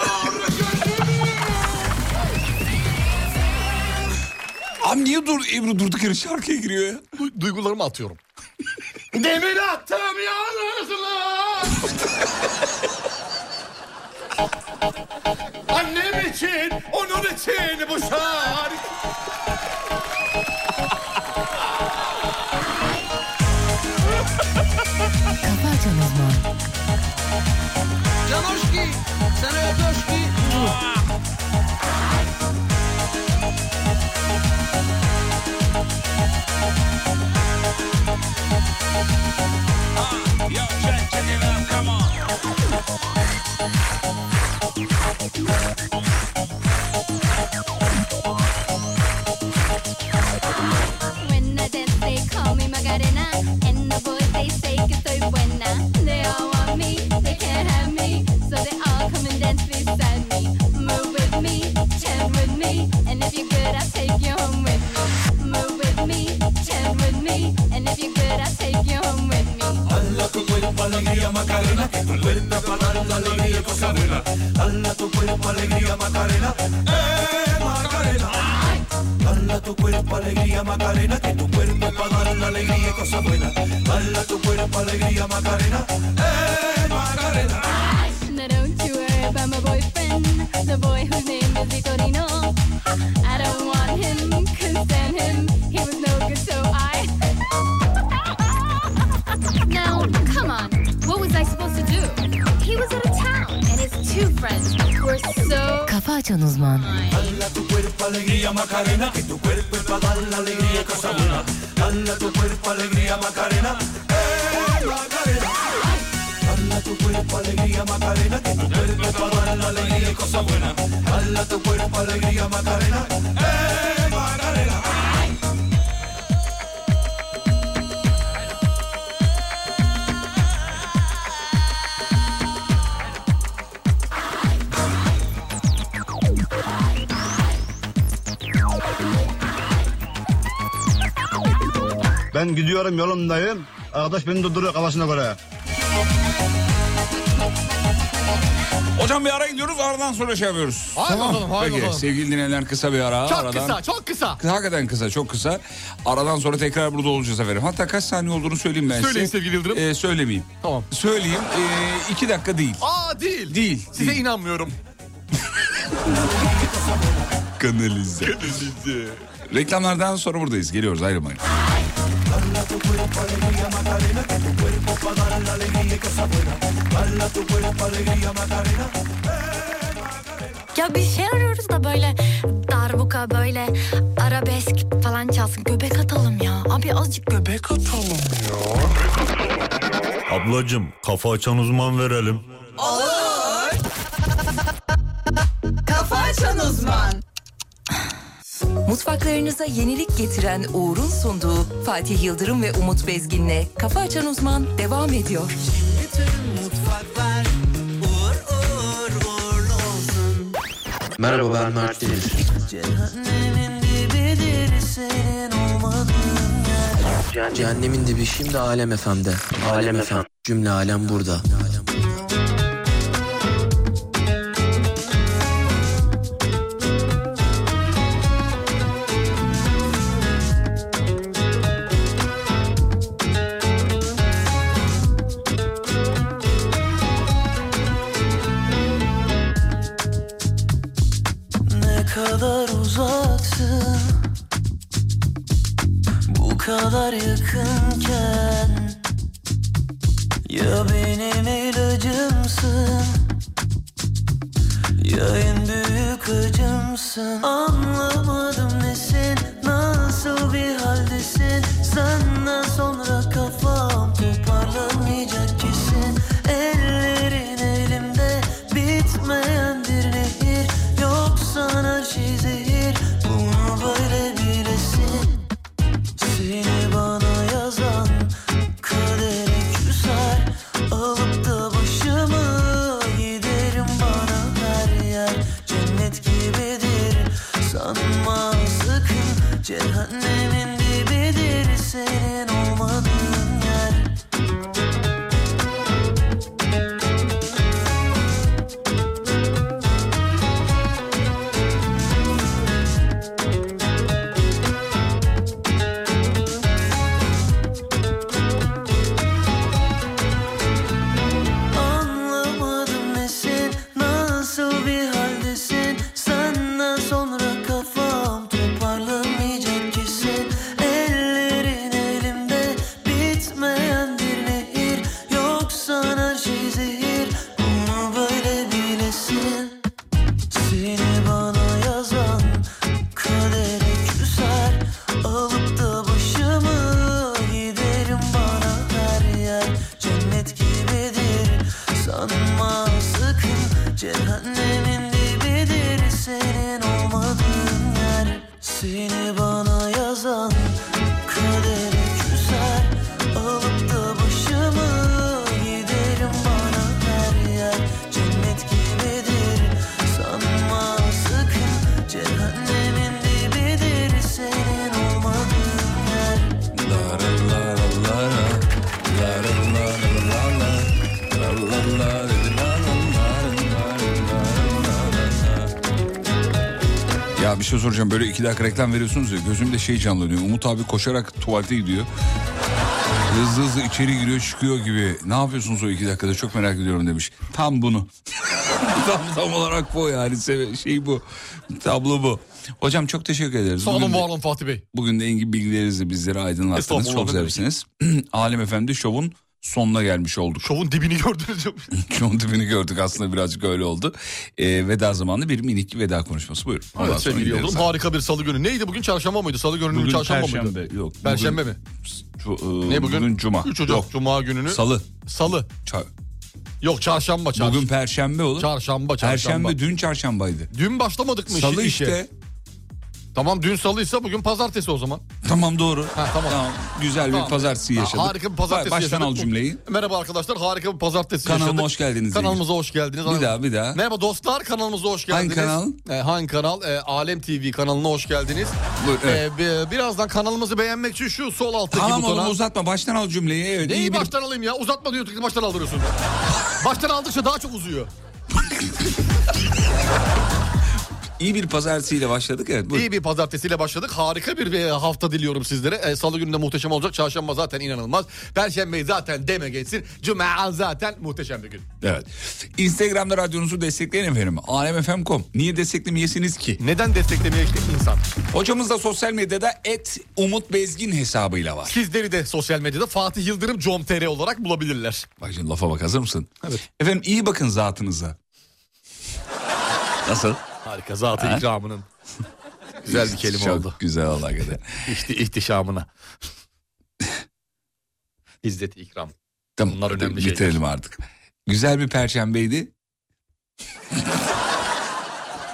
Abi niye dur Ebru durduk yere şarkıya giriyor ya? Duygularımı atıyorum. Demir attım yalnızlığa. Annem için, onun için bu şarkı. Canoşki, sana öpöşki. When I dance, they call me Macarena. And the boys, they say que soy buena. They all want me, they can't have me. So they all come and dance beside me. Move with me, chant with me. And if you're good, I'll take you home with me. Move with me, chant with me. And if you're good, I'll take you home with me. Hala tu cuerpo alegría Macarena, que tu cuerpo para dar la alegría y cosa buena. Hala tu cuerpo alegría Macarena, eh Macarena. Hala tu cuerpo alegría Macarena, que tu cuerpo para dar la alegría y cosa buena. Hala tu cuerpo alegría Macarena, eh Macarena. Now don't you worry about my boyfriend, the boy whose name is Vitorino. I don't want him, couldn't stand him. He was no good, so I. now, come on, what was I supposed to do? He was out of town, and his two friends were so. Kafa açan uzman. Hala tu cuerpo alegría Macarena, que tu cuerpo para dar la alegría y cosa buena. Hala tu cuerpo alegría Macarena, eh Macarena. Hala tu cuerpo alegría Macarena, que tu cuerpo para dar la alegría y cosa buena. Hala tu cuerpo alegría Macarena, eh Macarena. Ben gidiyorum yolumdayım. Arkadaş beni durduruyor kafasına göre. Hocam bir ara gidiyoruz aradan sonra şey yapıyoruz. Haydi bakalım, haydi Peki bakalım. sevgili dinleyenler kısa bir ara. Çok aradan... kısa, çok kısa. Hakikaten kısa çok kısa. Aradan sonra tekrar burada olacağız efendim. Hatta kaç saniye olduğunu söyleyeyim ben Söyleyin size. sevgili Yıldırım. Ee, söylemeyeyim. Tamam. Söyleyeyim. Ee, iki dakika değil. Aa değil. Değil. Size inanmıyorum. Kanalize. Reklamlardan sonra buradayız. Geliyoruz ayrılmayın. Ya bir şey arıyoruz da böyle darbuka böyle arabesk falan çalsın. Göbek atalım ya. Abi azıcık göbek atalım. Ablacım kafa açan uzman verelim. Olur. Kafa açan uzman. Mutfaklarınıza yenilik getiren Uğur'un sunduğu Fatih Yıldırım ve Umut Bezgin'le Kafa Açan Uzman devam ediyor. Mutfaklar uğur uğur uğurlu olsun. Merhaba ben Mert Deniz. Cehennemin dibidir senin olmadığın yer. Cehennemin dibi şimdi Alem FM'de. Alem FM. Cümle alem burada. Ne kadar uzaksın Bu kadar yakınken Ya benim ilacımsın Ya en büyük acımsın Anlamadım nesin Nasıl bir haldesin Senden sonra kafam Toparlanmayacak kesin Ellerin elimde Bitmeyen bir nehir Yoksan her şey zehir Bunu böyle bilesin Seni bana yazan Kadere küser Alıp da başımı Giderim bana her yer Cennet gibidir Sanma sakın Cehennemin dibidir Senin olmadığın yer Anlamadım nesin Nasıl bir haldesin Senden sonra kafam Toparlamayacak kesin Ellerin elimde Bitmeyen bir nehir Yoksan her şey zehir Bunu böyle bilesin Seni bana yazan Kadere küser Alıp da başımı Giderim bana her yer Cennet gibidir Sanma sakın cehennemin dibidir senin olmadığın yer Seni bana yazan kaderi küser Alıp da başımı giderim bana her yer Cennet gibidir sanma sakın Cehennemin dibidir senin olmadığın yer Ya bir şey soracağım böyle iki dakika reklam veriyorsunuz ya gözümde şey canlanıyor. Umut abi koşarak tuvalete gidiyor. Hızlı hızlı içeri giriyor çıkıyor gibi. Ne yapıyorsunuz o iki dakikada çok merak ediyorum demiş. Tam bunu. tam, tam olarak bu yani seve- şey bu. Tablo bu. Hocam çok teşekkür ederiz. Sağ olun Bugün de- var olun Fatih Bey. Bugün de engin bilgilerinizle bizleri aydınlattınız. Estağfurullah, Çok ne demek. zarifsiniz. Alim Efendi şovun sonuna gelmiş olduk. Şovun dibini gördünüz. Şovun dibini gördük aslında birazcık öyle oldu. Ee, veda zamanı bir minik veda konuşması buyurun. Ondan Evet sonra sevgili gideriz Yıldırım zaten. harika bir salı günü. Neydi bugün çarşamba mıydı? Salı günü Bugün çarşamba mıydı? Perşembe, yok. Perşembe Bugün- mi? Cu- e, Ne bugün? Cuma. 3 Ocak Yok. Cuma gününü. Salı. Salı. Ça- Yok çarşamba çarşamba. Bugün perşembe olur. Çarşamba çarşamba. Perşembe dün çarşambaydı. Dün başlamadık mı Salı işe? işte. Tamam dün salıysa bugün pazartesi o zaman. Tamam doğru. tamam. Güzel bir pazartesi Ha, yaşadık. Harika bir pazartesi Baştan yaşadık. al cümleyi. Merhaba arkadaşlar harika bir pazartesi Kanalıma yaşadık. hoş geldiniz. Kanalımıza hoş geldiniz. Bir daha, bir daha. Merhaba dostlar kanalımıza hoş Hangi geldiniz. kanal? Ee, hangi kanal? Ee, Alem TV kanalına hoş geldiniz. Buyur, evet. Ee, bi- birazdan kanalımızı beğenmek için şu sol alttaki Tamam butona. oğlum uzatma baştan al cümleyi. Evet, Neyi iyi bir- baştan alayım ya? Uzatma diyor ki baştan aldırıyorsun. baştan aldıkça daha çok uzuyor. İyi bir pazartesiyle başladık evet. Buyurun. İyi bir pazartesiyle başladık. Harika bir e, hafta diliyorum sizlere. E, Salı günü de muhteşem olacak. Çarşamba zaten inanılmaz. Perşembe zaten deme geçsin. Cuma zaten muhteşem bir gün. Evet. Instagram'da radyonuzu destekleyin efendim. Alemfm.com. Niye desteklemeyesiniz ki? Neden desteklemeye ki insan? Hocamız da sosyal medyada et Umut Bezgin hesabıyla var. Sizleri de sosyal medyada Fatih Yıldırım com.tr olarak bulabilirler. Bak şimdi lafa bak hazır mısın? Evet. Efendim iyi bakın zatınıza. Nasıl? Harika zatı Ha? ikramının. Güzel bir kelime Çok oldu. güzel Allah kadar. İhti, ihtişamına. İzzet ikram. Tamam. Bunlar önemli şeyler. Bitirelim artık. Güzel bir perşembeydi.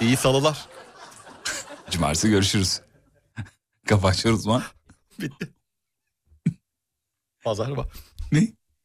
İyi salılar. Cumartesi görüşürüz. Kapatıyoruz lan. Pazar var. Ne?